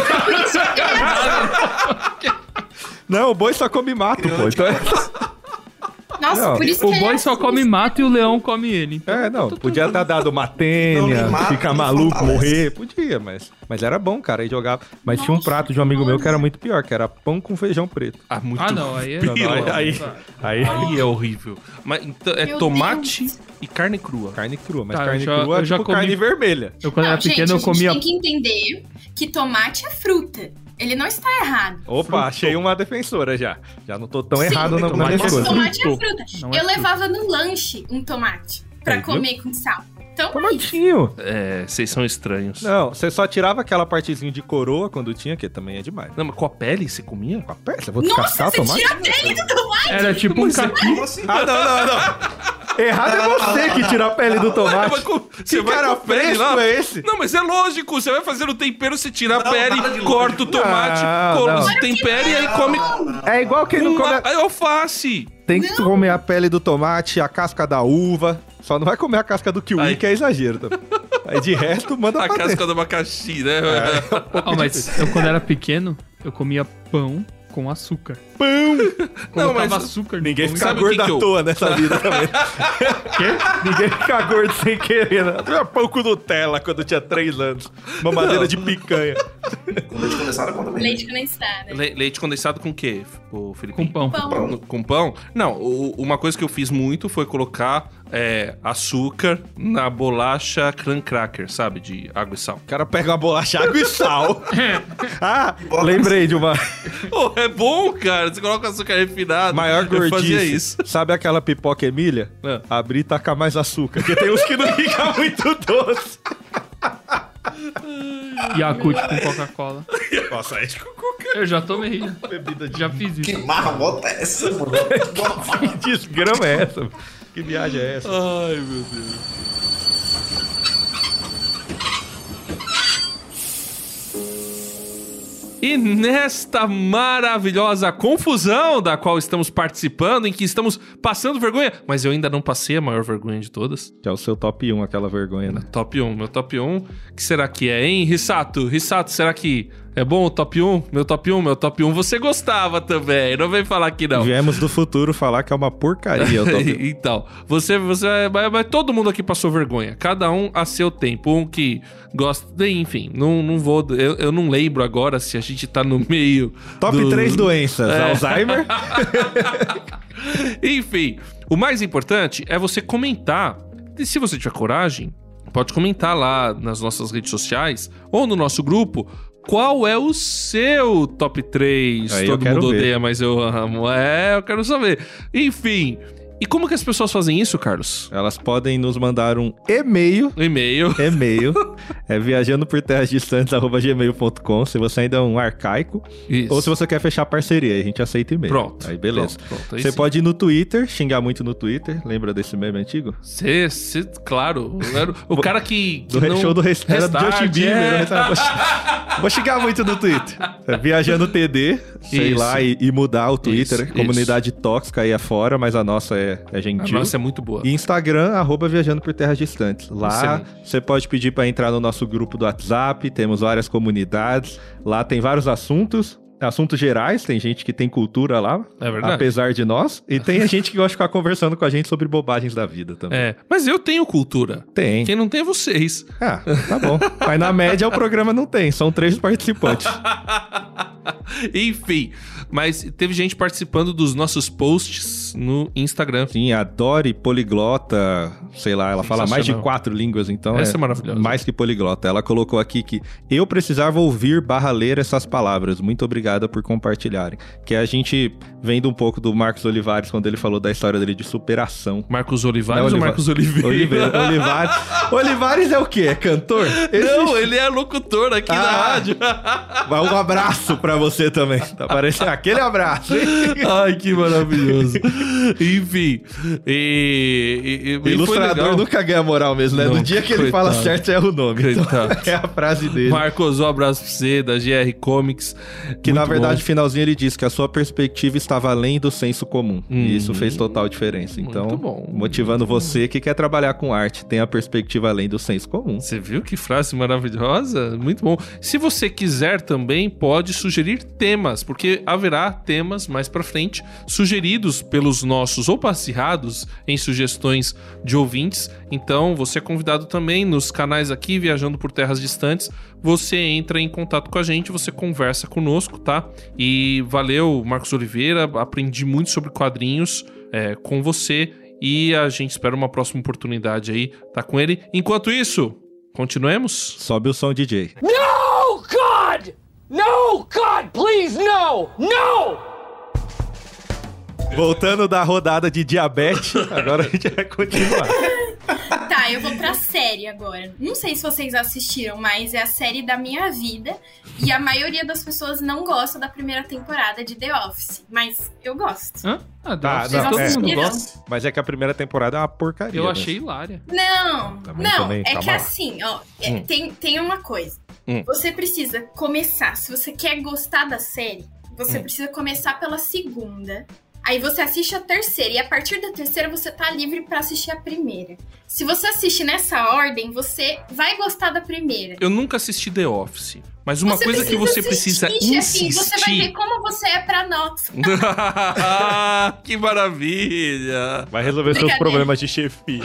S3: Não, o boi só come mato, pô. Então é...
S4: Nossa,
S3: Não,
S4: por isso que
S6: O
S4: ele
S6: boi
S4: é
S6: só
S4: assim.
S6: come mato e o leão come ele. Então,
S3: É, <laughs> não, podia ter dado uma tênia,
S5: Não, mato,
S3: ficar
S5: não
S3: maluco,
S5: fortalece.
S3: morrer, podia, mas, mas era bom, cara, e jogava. Mas tinha um prato de um amigo meu que era muito pior, que era pão com feijão preto.
S2: Ah, muito
S6: Ah, não, aí é.
S3: Não, não, aí- aí, aí,
S2: Aí é horrível. Mas então, é
S4: Meu
S2: tomate e carne crua.
S3: Carne crua, mas
S6: Tá, eu
S3: carne
S6: já-
S3: crua é
S6: eu já
S3: tipo
S6: comi-
S3: carne vermelha.
S6: Eu, quando
S4: Não,
S6: era pequeno,
S4: gente,
S6: eu comia.
S4: A gente tem que entender que tomate é fruta. Ele não está errado.
S3: Opa, achei uma defensora já. Já não tô tão
S4: Sim,
S3: errado na, na
S5: tomate
S3: minha
S5: é
S3: escolha.
S4: Tomate é
S6: Fruto.
S4: fruta.
S6: Não é
S4: Eu
S6: fruta.
S4: levava no lanche um tomate pra
S3: Aí, viu?
S4: comer com sal. Então, mas
S3: Tomatinho.
S2: É, vocês são estranhos. Não.
S3: Não, você só tirava aquela partezinha de coroa quando tinha, que também é demais.
S2: mas com a pele você comia?
S3: Com a peça, vou
S4: Nossa,
S3: descascar o
S4: você
S3: tomate?
S4: tira a pele do tomate?
S6: Era tipo um caqui.
S5: Como assim?
S3: Ah, não, não, não. Errado é você que tira a pele do
S2: Ah,
S3: tomate.
S2: mas com-
S3: Que cara fresco é esse?
S2: Não, mas é lógico. Você vai fazer o tempero, você tira a
S5: Não, nada
S2: pele,
S5: de
S2: corta o tomate,
S3: Não,
S2: colo-
S3: não.
S2: se tempera e aí come
S3: É igual quem não
S2: com
S3: come...
S2: uma
S3: a-
S2: a alface.
S3: Tem que comer a pele do tomate, a casca da uva. Só não vai comer a casca do kiwi,
S2: Aí.
S3: que é exagero também. Aí de resto, manda
S2: A
S3: pra dentro.
S2: casca do abacaxi, né?
S6: Ó, mas eu quando era pequeno, eu comia pão com açúcar. Pão!
S2: Não,
S6: Colocava
S2: mas
S6: açúcar no
S3: Ninguém
S6: pão e
S3: fica
S2: sabe o
S3: gordo
S2: que que eu-
S3: à toa nessa vida
S2: <laughs>
S3: também. Quê? Ninguém fica gordo sem querer, né? Eu comia pão com Nutella quando eu tinha 3 anos. Mamadeira de picanha.
S5: Quando eles começaram, conta bem.
S4: Leite condensado.
S3: É.
S4: né?
S2: Le- leite condensado com o quê, F- o Felipe?
S6: Com pão.
S4: Pão.
S2: No- Com pão? Não, o- uma coisa que eu fiz muito foi colocar é, açúcar na bolacha cran cracker, sabe? De água e sal.
S3: O cara pega uma bolacha, água
S2: <laughs>
S3: e sal. ah, lembrei de uma
S2: Ô, é bom, cara. Você coloca açúcar refinado. <laughs>
S3: maior
S2: Eu
S3: gordice.
S2: fazia isso.
S3: Sabe aquela pipoca Emília?
S2: É.
S3: Abrir e tacar mais açúcar, porque tem uns que não <laughs> fica muito doce.
S6: Yakut
S2: <laughs>
S6: com Coca-Cola.
S3: Nossa,
S2: é
S3: aí
S6: Eu já tomei, já.
S3: bebida de...
S6: já fiz
S5: Que
S6: isso.
S5: marmota é essa,
S3: <laughs>
S5: mano?
S3: Que desgrama é essa? Que viagem é essa?
S2: Ai, meu Deus. E nesta maravilhosa confusão da qual estamos participando, em que estamos passando vergonha, mas eu ainda não passei a maior vergonha de todas.
S3: Que é o seu top 1, aquela vergonha, né?
S2: Top 1, meu top 1. que será que é, hein, Rissato? Rissato, será que é bom o top 1? Meu top 1, meu top 1. Você gostava também, não vem falar que não.
S3: Viemos do futuro falar que é uma porcaria
S2: <laughs>
S3: o top 1.
S2: então, você, você, mas, mas todo mundo aqui passou vergonha. Cada um a seu tempo. Um que gosta, de- enfim, não, não vou. Eu, eu não lembro agora se a gente tá no <laughs> meio.
S3: um. Top
S2: do-
S3: 3 doenças:
S2: É.
S3: Alzheimer,
S2: <laughs> Enfim, o mais importante é você comentar. E se você tiver coragem, pode comentar lá nas nossas redes sociais ou no nosso grupo. Qual é o seu top 3?
S3: Aí eu
S2: Todo
S3: quero
S2: mundo
S3: ver.
S2: odeia, mas eu amo. É, eu quero saber. Enfim. E como que as pessoas fazem isso, Carlos?
S3: Elas podem nos mandar um e-mail.
S2: No E-mail.
S3: E-mail é viajando por terras distantes, arroba gmail.com. Se você ainda é um arcaico,
S2: Isso.
S3: ou se você quer fechar parceria, a gente aceita e-mail.
S2: Pronto.
S3: Aí beleza.
S2: Pronto, pronto. Aí
S3: Você
S2: sim.
S3: pode ir no Twitter, xingar muito no Twitter. Lembra desse meme antigo?
S2: Cê, cê- claro. Era o cara que. que
S3: Do re-
S2: não-
S3: show do rest... era do
S2: Restart,
S3: Justin Bieber.
S2: é.
S3: né? Então,
S2: <laughs>
S3: vou xi- Vou xingar muito no Twitter. É, viajando TD, sei
S2: Isso.
S3: lá, e, e mudar o Twitter.
S2: Isso,
S3: Comunidade tóxica aí afora, mas a nossa é, é
S2: A
S3: gentil.
S2: nossa é muito boa.
S3: E Instagram, arroba viajando por terras distantes. Lá
S2: Excelente.
S3: você pode pedir para entrar no nosso grupo do WhatsApp, temos várias comunidades. Lá tem vários assuntos, assuntos gerais, tem gente que tem cultura lá,
S2: É verdade.
S3: apesar de nós. E tem a gente que gosta de ficar conversando com a gente sobre bobagens da vida também.
S2: É. Mas eu tenho cultura.
S3: Tem.
S2: Quem não tem é vocês. <laughs>
S3: Ah, tá bom. Mas na média o programa não tem, são três participantes.
S2: Enfim. Mas teve gente participando dos nossos posts no Instagram.
S3: Sim, a Dori poliglota, sei lá, ela fala mais de
S2: Sensacional.
S3: quatro línguas, então
S2: Essa é maravilhosa.
S3: mais que poliglota. Ela colocou aqui que eu precisava ouvir barra ler essas palavras. Muito obrigada por compartilharem. Que a gente vendo um pouco do Marcos Olivares quando ele falou da história dele de superação.
S2: Marcos Olivares
S3: Não,
S2: ou
S3: Oliva-
S2: Marcos Oliveira?
S3: Oliveira, Olivares. Olivares é o quê? É cantor?
S2: <laughs>
S3: Esse-
S2: Não, ele é locutor aqui da
S3: Ah.
S2: rádio.
S3: Vai um abraço pra você também. Tá parecendo aquele abraço. hein? <laughs>
S2: Ai, que maravilhoso. Enfim. E, e- e- e
S3: O
S2: foi
S3: ilustrador
S2: legal.
S3: nunca ganha moral mesmo, né?
S2: Não,
S3: no dia que ele fala
S2: coitado.
S3: certo, erra o nome. Então,
S2: Coitado.
S3: <laughs> é a frase dele.
S2: Marcos, um abraço pra você, da GR Comics.
S3: Que na
S2: Muito
S3: verdade,
S2: bom.
S3: finalzinho ele diz que a sua perspectiva estava além do senso comum.
S2: Hum.
S3: e isso fez total diferença. Então,
S2: Muito bom.
S3: motivando você que quer trabalhar com arte, tem a perspectiva além do senso comum.
S2: Você viu que frase maravilhosa? Muito bom. Se você quiser também, pode sugerir temas, porque haverá temas mais pra frente sugeridos pelos nossos ou passeados em sugestões de ouvintes. Então, você é convidado também nos canais aqui, viajando por terras distantes. Você entra em contato com a gente, você conversa conosco, tá? E valeu, Marcos Oliveira. Aprendi muito sobre quadrinhos é, com você. E a gente espera uma próxima oportunidade aí, tá com ele. Enquanto isso, continuemos?
S3: Sobe o som, DJ.
S7: No, God! No, God, please, no! No!
S3: Voltando da rodada de diabetes, <laughs> agora a gente vai continuar.
S4: Tá, eu vou pra série agora. Não sei se vocês assistiram, mas é a série da minha vida. E a maioria das pessoas não gosta da primeira temporada de The Office. Mas eu gosto.
S6: Hã? Ah,
S3: Tá,
S6: Deus,
S3: não,
S6: todo
S3: é.
S6: mundo
S4: Não.
S6: gosta.
S3: Mas é que a primeira temporada é uma porcaria.
S6: Eu
S3: né?
S6: achei hilária.
S4: Não,
S2: Tá
S3: Também,
S4: não,
S3: também,
S4: é
S3: calma
S4: que
S3: lá.
S4: assim, ó, é,
S2: Hum.
S4: tem, tem uma coisa.
S2: Hum.
S4: Você precisa
S2: Hum.
S4: começar, se você quer gostar da série, você precisa começar pela segunda, Aí você assiste a terceira e a partir da terceira você tá livre pra assistir a primeira. Se você assiste nessa ordem, você vai gostar da primeira.
S2: Eu nunca assisti The Office, mas uma
S4: Você
S2: coisa que você precisa
S4: assistir, assim,
S2: insistir.
S4: Você vai ver como você é pra nós. tá
S2: <laughs> que maravilha!
S8: Vai resolver seus
S4: Brincadeira.
S8: problemas de chefia.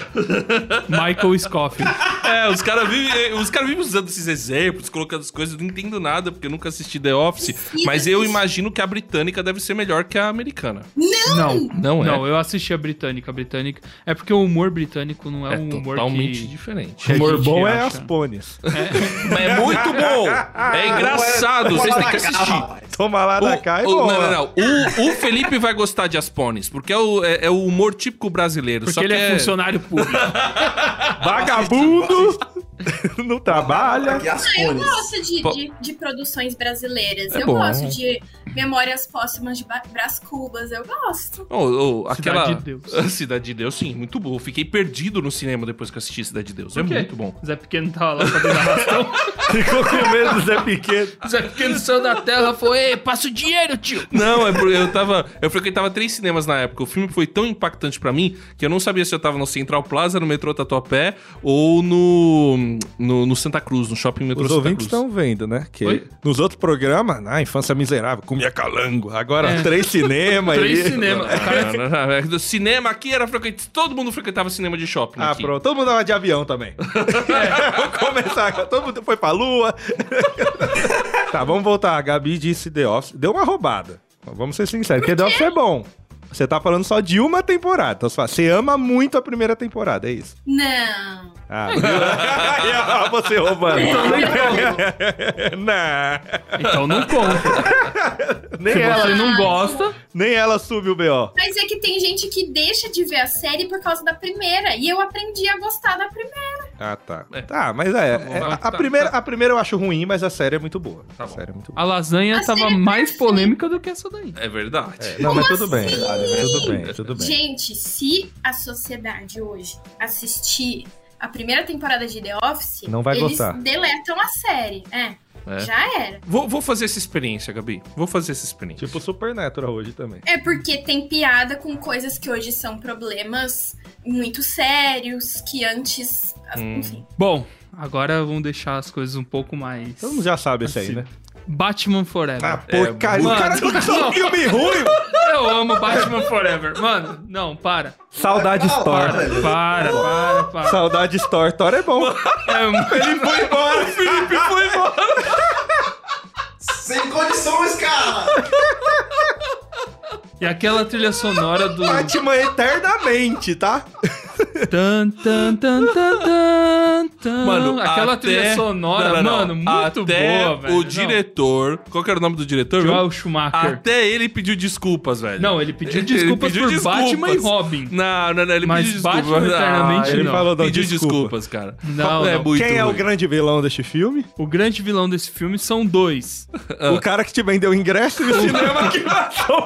S6: Michael Scofield.
S2: É, os caras vivem os cara vivem usando esses exemplos, colocando as coisas, eu não entendo nada, porque eu nunca assisti The Office,
S4: Precisa
S2: mas eu
S4: assistir.
S2: imagino que a britânica deve ser melhor que a americana.
S6: Não,
S2: Não é.
S6: Não, eu assisti a britânica. A britânica. É porque o humor britânico não é,
S2: É
S6: um humor
S2: totalmente
S6: que.
S2: diferente.
S6: que a
S3: Humor
S6: gente
S3: bom é
S6: acha.
S3: as pôneis.
S2: Mas é muito bom! <laughs> É engraçado, vocês têm que assistir.
S3: Toma lá da
S2: O-
S3: cá e
S2: o-
S3: boa.
S2: não, não, não. O, o Felipe vai gostar de Aspones, porque é o, é- é o humor típico brasileiro.
S6: Porque
S2: só
S6: ele
S2: que
S6: é funcionário público.
S3: Vagabundo
S2: <laughs>
S3: <laughs> não trabalha.
S5: Aqui as
S4: Eu
S5: cones.
S4: gosto de,
S2: Po-
S4: de, de produções brasileiras.
S2: É
S4: eu
S2: bom.
S4: gosto de Memórias Póstumas de Ba- Brás Cubas. Eu gosto.
S2: Ô, ô,
S6: Cidade
S2: aquela...
S6: de Deus.
S2: Ah, <laughs> Cidade de Deus, sim, muito bom. Eu Fiquei perdido no cinema depois que eu assisti Cidade de Deus. <laughs> É
S6: Por quê?
S2: muito bom.
S6: Zé Pequeno tava lá fazendo arrastão.
S3: Ficou com medo do Zé Pequeno.
S6: Zé Pequeno saiu da tela e falou: Ei, passa o dinheiro, tio!
S2: Não, é porque eu tava. Eu frequentava três cinemas na época. O filme foi tão impactante pra mim que eu não sabia se eu tava no Central Plaza, no metrô Tatuapé ou no. no, no Santa Cruz, no shopping metrô
S3: Os
S2: Santa
S3: ouvintes
S2: Cruz.
S3: estão vendo, né? Que
S6: Oi?
S3: nos outros programas, na infância miserável, comia calango. Agora, três cinemas
S6: <laughs> Três
S3: aí.
S6: cinemas. O cara
S2: Não, não, não, é que do Cinema aqui era frequente. Todo mundo frequentava cinema de shopping.
S3: Ah,
S2: aqui.
S3: pronto. Todo mundo andava de avião também. <laughs> Vamos começar. Todo mundo foi pra lua. <laughs> tá, vamos voltar. A Gabi disse The Office. Deu uma roubada. Vamos ser sinceros. Porque The Office é bom. Você tá falando só de uma temporada. Então você fala, você ama muito a primeira temporada, é isso.
S4: Não.
S3: Ah, viu? <laughs> E a- você roubando. <laughs> não,
S6: Então não conta.
S2: <laughs>
S3: nem
S6: Se
S3: ela,
S6: você não gosta,
S3: nem ela subiu o B.O.
S4: Mas é que tem gente que deixa de ver a série por causa da primeira. E eu aprendi a gostar da primeira.
S3: Ah, tá. Tá, mas é.
S2: bom,
S3: é,
S2: vai,
S3: a,
S2: tá,
S3: primeira, a primeira eu acho ruim, mas a série é muito boa. a
S2: bom.
S3: série é muito boa.
S6: a lasanha
S4: A
S6: tava
S4: série é
S6: mais
S4: perfeita.
S6: polêmica do que essa daí.
S2: É verdade.
S3: Não, mas tudo bem.
S4: assim?
S3: Tudo bem, tudo bem.
S4: Gente, se a sociedade hoje assistir a primeira temporada de The Office,
S3: Não vai
S4: eles
S3: gostar.
S4: deletam a série. É.
S2: É.
S4: Já era.
S2: Vou, vou fazer essa experiência, Gabi. Vou fazer essa experiência.
S3: Tipo Supernatural hoje também.
S4: É porque tem piada com coisas que hoje são problemas muito sérios, que antes.
S3: Hum.
S4: Enfim.
S6: Bom, agora vamos deixar as coisas um pouco mais.
S3: Todo
S2: Então
S3: mundo já sabe esse aí, né?
S6: Batman Forever.
S3: Ah, porcaria.
S2: mano.
S3: o cara nunca só filme ruim. mano.
S6: Eu amo Batman Forever. Mano, não, para.
S3: Saudade
S5: Não,
S3: Store.
S5: velho.
S6: Para, para, para.
S3: Saudade Store. Store é bom.
S6: É muito-
S3: Ele foi <laughs> embora. Felipe foi embora.
S5: Sem condições, cara!
S6: E aquela trilha sonora do.
S3: Batman eternamente, tá?
S6: Tan, tan, tan, tan, tan, tan.
S2: Mano,
S6: aquela
S2: até-
S6: trilha
S2: Não,
S6: sonora,
S2: não, não.
S6: mano, muito
S2: até
S6: boa, velho.
S2: O
S6: Não,
S2: diretor. Qual que era o nome do diretor?
S6: Joel
S2: mesmo?
S6: Schumacher.
S2: Até ele pediu desculpas, velho.
S6: Não, ele pediu
S2: Ele
S6: desculpas
S2: pediu
S6: por
S2: desculpas.
S6: Batman e Robin.
S2: Não, não, não, ele
S6: Mas
S2: pediu
S6: Batman
S2: desculpas. Ah,
S6: Eternamente
S3: ele
S6: não.
S3: falou não,
S2: pediu
S3: desculpa.
S2: desculpas, cara.
S6: Não,
S2: é
S6: não.
S2: muito
S3: Quem é o
S2: ruim.
S3: grande vilão deste filme?
S6: O grande vilão desse filme são dois.
S3: O cara que te vendeu o ingresso no cinema que matou.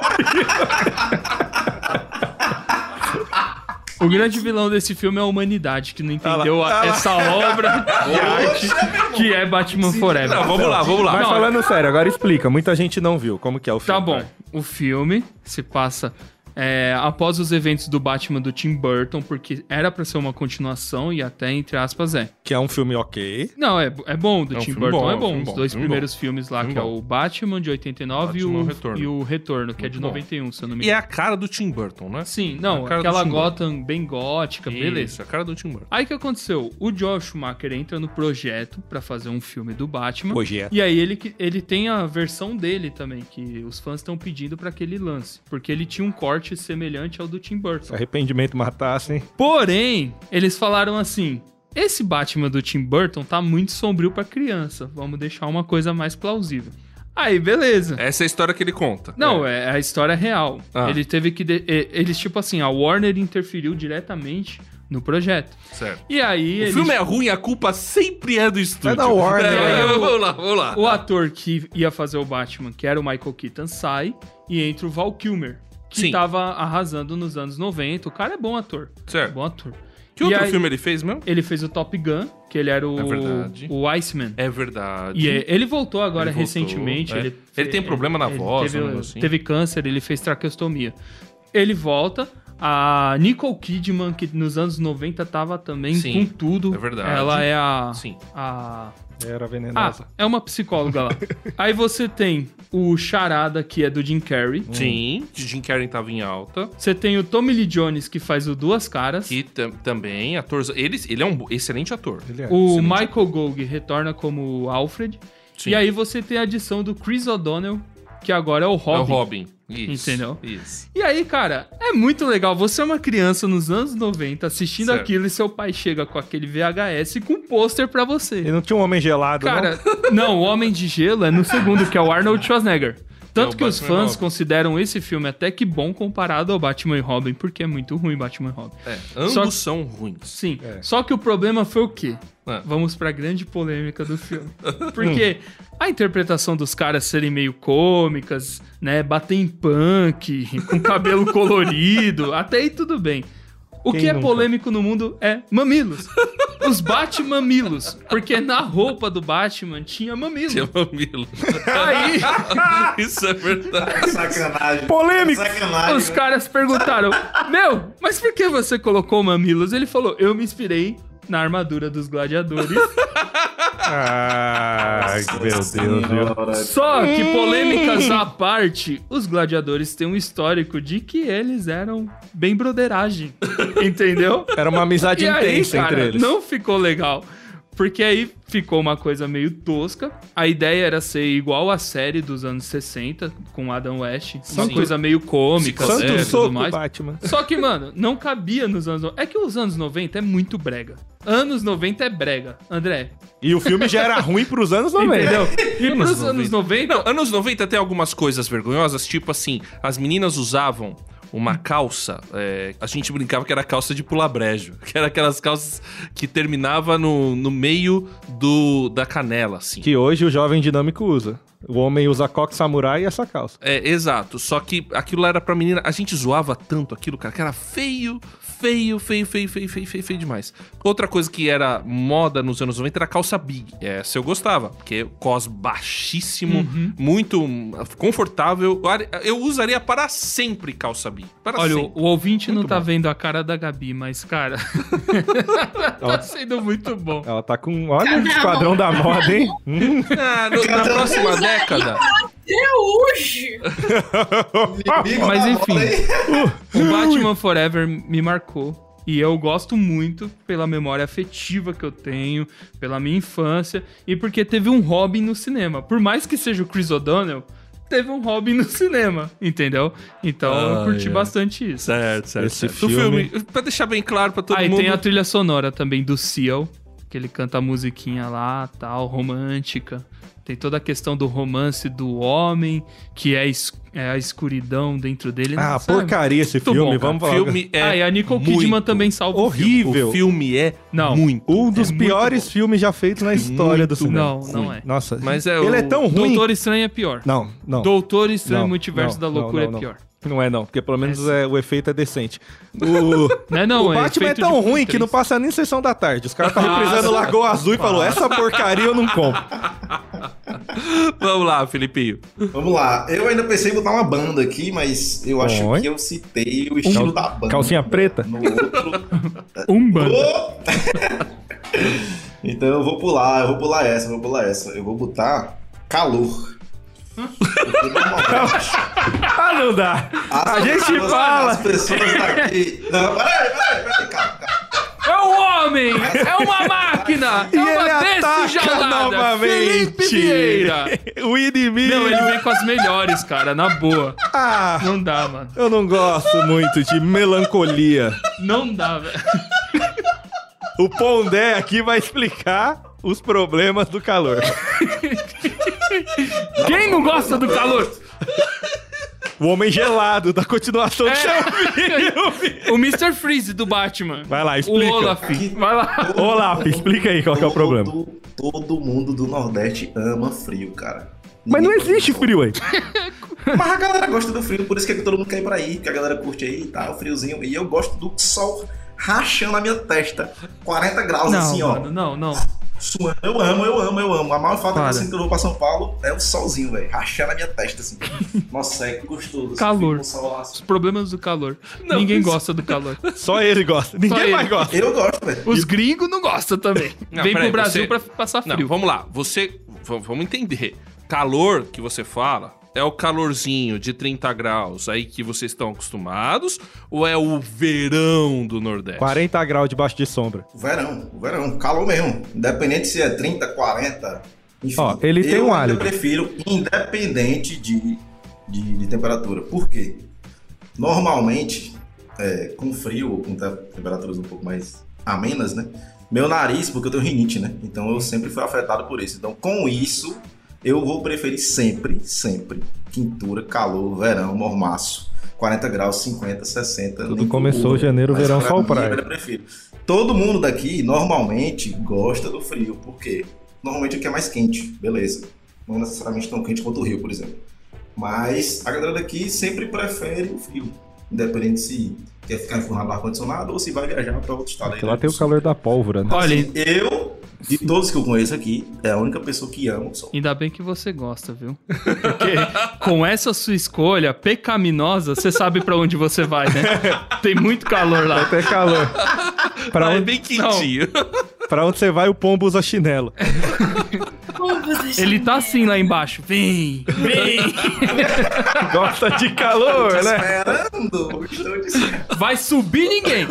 S6: O grande vilão desse filme é a humanidade, que não entendeu a- essa
S2: <laughs>
S6: obra de arte que é Batman Forever.
S2: Não, vamos lá, vamos lá.
S3: Mas
S6: Não,
S3: falando sério, agora explica. Muita gente não viu. Como que é o filme?
S6: Tá bom. O filme se passa é, após os eventos do Batman do Tim Burton, porque era pra ser uma continuação e até, entre aspas, é.
S3: Que é um filme ok.
S6: Não, é, é bom, do
S2: É um
S6: Tim
S2: filme
S6: Burton
S2: bom, é
S6: é
S2: um
S6: bom.
S2: filme
S6: os
S2: bom,
S6: dois
S2: filme
S6: primeiros filmes lá,
S2: Filme
S6: que é
S2: bom.
S6: o Batman de 89 e,
S2: Batman
S6: o,
S2: Retorno.
S6: e o Retorno, que é de
S2: Muito bom.
S6: 91, se eu não me
S2: E é
S6: engano.
S2: a cara do Tim Burton, né?
S6: Sim,
S2: a
S6: não,
S2: cara do
S6: aquela
S2: Tim Burton.
S6: Gotham bem gótica, beleza.
S2: Isso, a cara do Tim Burton.
S6: Aí o que aconteceu? O Joel Schumacher entra no projeto pra fazer um filme do Batman.
S3: Hoje é.
S6: E aí ele, que- ele tem a versão dele também, que os fãs estão pedindo pra que ele lance. Porque ele tinha um corte semelhante ao do Tim
S3: Se
S6: Burton.
S3: arrependimento matasse, hein?
S6: Porém, eles falaram assim: esse Batman do Tim Burton tá muito sombrio pra criança. Vamos deixar uma coisa mais plausível. Aí, beleza.
S2: Essa é a história que ele conta.
S6: Não, é, a história real.
S2: Ah.
S6: Ele teve que. de- e- Eles, tipo assim, a Warner interferiu diretamente no projeto.
S2: Certo.
S6: é. E aí.
S2: O
S6: eles-
S2: filme é ruim, a culpa sempre é do estúdio.
S3: da Warner.
S2: É, vamos lá, vamos lá.
S6: O ator que ia fazer o Batman, que era o Michael Keaton, sai e entra o Val Kilmer, que
S2: Sim.
S6: tava arrasando nos anos 90. O cara é bom ator. É
S2: Certo.
S6: bom ator.
S2: Que
S6: E
S2: outro
S6: aí-
S2: filme ele fez mesmo?
S6: Ele fez o Top Gun, que ele era o,
S2: É verdade.
S6: o Iceman.
S2: É verdade.
S6: E é- ele voltou agora
S2: Ele voltou,
S6: recentemente.
S2: é.
S6: Ele,
S2: Ele tem problema na voz, um
S6: Teve,
S2: negócio assim.
S6: teve câncer, ele fez traqueostomia. ele volta. A Nicole Kidman, que nos anos 90 tava também
S2: Sim,
S6: com tudo.
S2: é verdade.
S6: Ela é a.
S2: Sim.
S6: A.
S3: Era
S6: Ah,
S3: venenosa.
S6: é uma psicóloga
S2: <laughs>
S6: lá. Aí você tem o Charada, que é do Jim Carrey.
S2: Hum. Sim, de Jim Carrey tava em alta.
S6: Você tem o Tommy Lee Jones, que faz o Duas Caras.
S2: Que tam- também, ator. Ele, ele é um bo- excelente ator.
S6: Ah,
S3: Ele é.
S6: O Michael Gog retorna como Alfred.
S2: Sim.
S6: E aí você tem a adição do Chris O'Donnell, que agora é o Robin.
S2: É o Robin. Isso.
S6: Entendeu?
S2: Isso.
S6: E aí, cara, é muito legal. Você é uma criança nos anos 90 assistindo
S2: Certo.
S6: aquilo e seu pai chega com aquele VHS com um pôster pra você.
S3: Ele não tinha um homem gelado,
S6: Cara, <laughs> não, o Homem de Gelo é no segundo, que é o Arnold Schwarzenegger. Tanto
S2: É o
S6: que os
S2: Batman e
S6: fãs
S2: Robin.
S6: consideram esse filme até que bom comparado ao Batman e Robin, porque é muito ruim Batman e Robin.
S2: É, ambos
S6: Só-
S2: são ruins. <laughs>
S6: Sim.
S3: É.
S6: Só que o problema foi o quê?
S2: É.
S6: Vamos pra grande polêmica do filme. Porque a interpretação dos caras serem meio cômicas, né? Bater em punk, <laughs> com cabelo colorido, <laughs> até aí tudo bem. O
S3: Quem
S6: que é
S3: nunca?
S6: polêmico no mundo é mamilos. Os Batmamilos. Porque na roupa do Batman tinha
S2: Seu
S6: mamilo.
S2: <laughs> mamilo.
S6: Aí
S2: Isso é verdade.
S5: Tá Sacanagem. Tá
S3: Polêmico.
S5: Sacanagem. né?
S6: os caras perguntaram: Meu, mas por que você colocou mamilos? Ele falou: Eu me inspirei na armadura dos gladiadores.
S3: não? Ai, meu Deus, viu?
S6: Só que polêmicas à parte, os gladiadores têm um histórico de que eles eram bem broderagem,
S3: <laughs>
S6: entendeu?
S3: Era uma amizade
S6: e aí,
S3: intensa
S6: cara,
S3: entre eles.
S6: não ficou legal. Porque aí ficou uma coisa meio tosca. A ideia era ser igual à série dos anos 60, com Adam West. Uma
S2: Sim.
S6: coisa meio cômica,
S2: Santo
S6: séria
S3: Santo
S6: e É, tudo
S3: soco,
S6: mais.
S3: Batman.
S6: Só que, mano, não cabia nos anos... no- É que os anos 90 é muito brega. Anos 90 é brega, André.
S3: E o filme já era ruim pros anos 90.
S6: Entendeu? E pros anos
S2: 90.
S6: 90,
S2: Não, anos 90 tem algumas coisas vergonhosas, tipo assim, as meninas usavam uma calça, é, a gente brincava que era calça de pular brejo, que era aquelas calças que terminava no, no meio do, da canela, assim.
S3: Que hoje o jovem dinâmico usa. O homem usa coque samurai e essa calça.
S2: É, exato. Só que aquilo lá era pra menina. A gente zoava tanto aquilo, cara, que era feio, feio, feio, feio, feio, feio, feio, feio demais. Outra coisa que era moda nos anos 90 era a calça big. É, Essa eu gostava, porque cos baixíssimo, muito hum, confortável. Eu usaria para sempre calça big. Para
S6: Olha,
S2: <laughs>
S6: o,
S2: sempre.
S6: o ouvinte não tá vendo a cara da Gabi, mas, cara. tá sendo muito bom.
S3: Ela tá com. Olha o
S4: Não.
S3: esquadrão da moda, hein? Hum.
S2: Ah, no- na próxima década,
S4: Até É
S3: <laughs>
S4: hoje!
S6: Mas enfim, o Batman Forever me marcou. E eu gosto muito pela memória afetiva que eu tenho, pela minha infância, e porque teve um Robin no cinema. Por mais que seja o Chris O'Donnell, teve um Robin no cinema, entendeu? Então eu
S2: Ah,
S6: curti
S2: é.
S6: bastante isso.
S2: Certo, certo.
S3: Esse
S2: certo. Do
S3: filme-
S2: filme, pra deixar bem claro pra todo
S6: Aí
S2: mundo.
S6: Ah, tem a trilha sonora também do Seal, que ele canta a musiquinha lá, tal, romântica. Tem toda a questão do romance do homem, que é, es- é a escuridão dentro dele. né?
S3: Ah,
S6: sabe?
S3: porcaria esse
S6: Muito
S3: filme.
S6: bom, cara.
S3: Vamos falar.
S2: filme é
S6: ah, e a Nicole
S2: muito
S6: Kidman também salva o filme.
S3: horrível.
S2: O filme é
S6: Não.
S2: muito.
S3: Um dos
S2: É muito
S3: piores filmes já feitos na história do cinema.
S6: Não, não é.
S3: Nossa,
S2: Mas é
S3: ele
S2: o-
S3: é tão ruim.
S6: Doutor Estranho é pior.
S3: Não, não.
S6: Doutor Estranho
S3: Não,
S6: Multiverso
S3: não,
S6: da
S3: não,
S6: Loucura
S3: não, não.
S6: é pior.
S3: Não é não, porque pelo menos é, o efeito é decente. <laughs> O,
S6: Não é não,
S3: o
S6: é
S3: Batman é
S6: efeito de
S3: tão Ah, ruim
S6: três.
S3: que não passa nem sessão da tarde. Os <laughs> caras estão
S6: Passa.
S3: reprisando Lagoa Azul e falou, essa porcaria eu não compro.
S2: <laughs> Vamos lá, Felipinho.
S5: Vamos lá. Eu ainda pensei em botar uma banda aqui, mas eu acho
S3: Oi? Um
S5: que eu citei o estilo da banda.
S3: <laughs> Calcinha preta?
S5: No outro. <laughs>
S6: Um bando.
S5: Oh! então eu vou pular, eu vou pular essa, eu vou pular essa. Eu vou botar calor. Porque normalmente
S3: Ah, não dá.
S5: as
S3: <laughs> A gente
S5: pessoas-
S3: fala.
S5: As pessoas daqui. Não, peraí, peraí, peraí, calma, calma.
S6: É um homem! É uma máquina!
S3: <laughs> E
S6: é uma
S3: ele ataca
S6: bestialada! Felipe Vieira!
S3: novamente. O inimigo.
S6: Não, ele vem com as melhores, cara, na boa.
S3: Ah,
S6: Não dá, mano.
S3: eu não gosto muito de melancolia.
S6: Não dá, velho.
S3: O Pondé aqui vai explicar os problemas do calor.
S6: Quem não gosta do calor?
S3: O homem gelado da continuação do seu <laughs> filme.
S6: O Mr. Freeze do Batman.
S3: Vai lá, explica.
S6: O Olaf. Vai lá.
S3: Olá, explica aí qual que é o problema.
S5: Todo, todo mundo do Nordeste ama frio, cara.
S3: Mas não
S5: Ninguém-
S3: existe frio aí.
S5: Mas a galera gosta do frio, por isso que é que todo mundo quer ir pra aí, que a galera curte aí e tá, tal, o friozinho. E eu gosto do sol rachando a minha testa. 40 graus
S6: Não,
S5: assim, ó.
S6: mano, não, não.
S5: Suando. Eu amo, eu amo, eu amo. A maior falta
S6: Para.
S5: assim que eu vou pra São Paulo é o solzinho, velho. Rachar na minha testa, assim. Nossa, é gostoso. assim,
S6: Calor.
S5: fica um sol lá, assim.
S6: Os problemas do calor.
S2: Não,
S6: Ninguém
S2: mas-
S6: gosta do calor.
S3: Só ele gosta. Ninguém
S6: ele.
S3: mais gosta.
S5: Eu gosto, velho.
S6: <laughs> Os gringos não gostam também.
S2: Não,
S6: Vem
S2: peraí,
S6: pro Brasil
S2: você-
S6: pra passar
S2: Não,
S6: Tá frio.
S2: vamos lá. Você. v- Vamos entender. Calor que você fala é o calorzinho de 30 graus aí que vocês estão acostumados ou é o verão do Nordeste?
S3: 40 graus debaixo de sombra.
S5: O verão, o verão, calor mesmo. Independente se é 30, 40, enfim.
S3: Ó, ele tem
S5: eu
S3: um
S5: ainda
S3: álibi.
S5: prefiro independente de, de, de temperatura. Por quê? Normalmente, é, com frio ou com te- temperaturas um pouco mais amenas, né? Meu nariz, porque eu tenho rinite, né? Então eu sempre fui afetado por isso. Então com isso, eu vou preferir sempre, sempre, quintura, calor, verão, mormaço. 40 graus, 50, 60.
S3: Tudo
S5: nem
S3: começou
S5: procura.
S3: janeiro,
S5: Mas
S3: verão,
S5: pra
S3: sol,
S5: mim,
S3: praia.
S5: Eu prefiro. Todo mundo daqui normalmente gosta do frio, porque normalmente aqui é mais quente, beleza. Não é necessariamente tão quente quanto o Rio, por exemplo. Mas a galera daqui sempre prefere o frio, independente se quer ficar enfurnado no ar-condicionado ou se vai viajar para outro estado. aí,
S3: Porque lá
S5: né?
S3: tem o calor da pólvora, né?
S6: Olha,
S5: Eu, de todos que eu conheço aqui, é a única pessoa que ama o sol.
S6: ainda bem que você gosta, viu? Porque com essa sua escolha pecaminosa, você sabe pra onde você vai, né? Tem muito calor lá.
S3: Até calor. Pra
S2: Ah, é
S3: onde,
S2: bem quentinho.
S3: pra onde você vai, o pombo usa chinelo.
S4: um
S6: Ele tá assim lá embaixo. Vem, vem.
S3: Gosta de calor, né?
S5: Esperando! estou te esperando.
S6: Vai subir ninguém.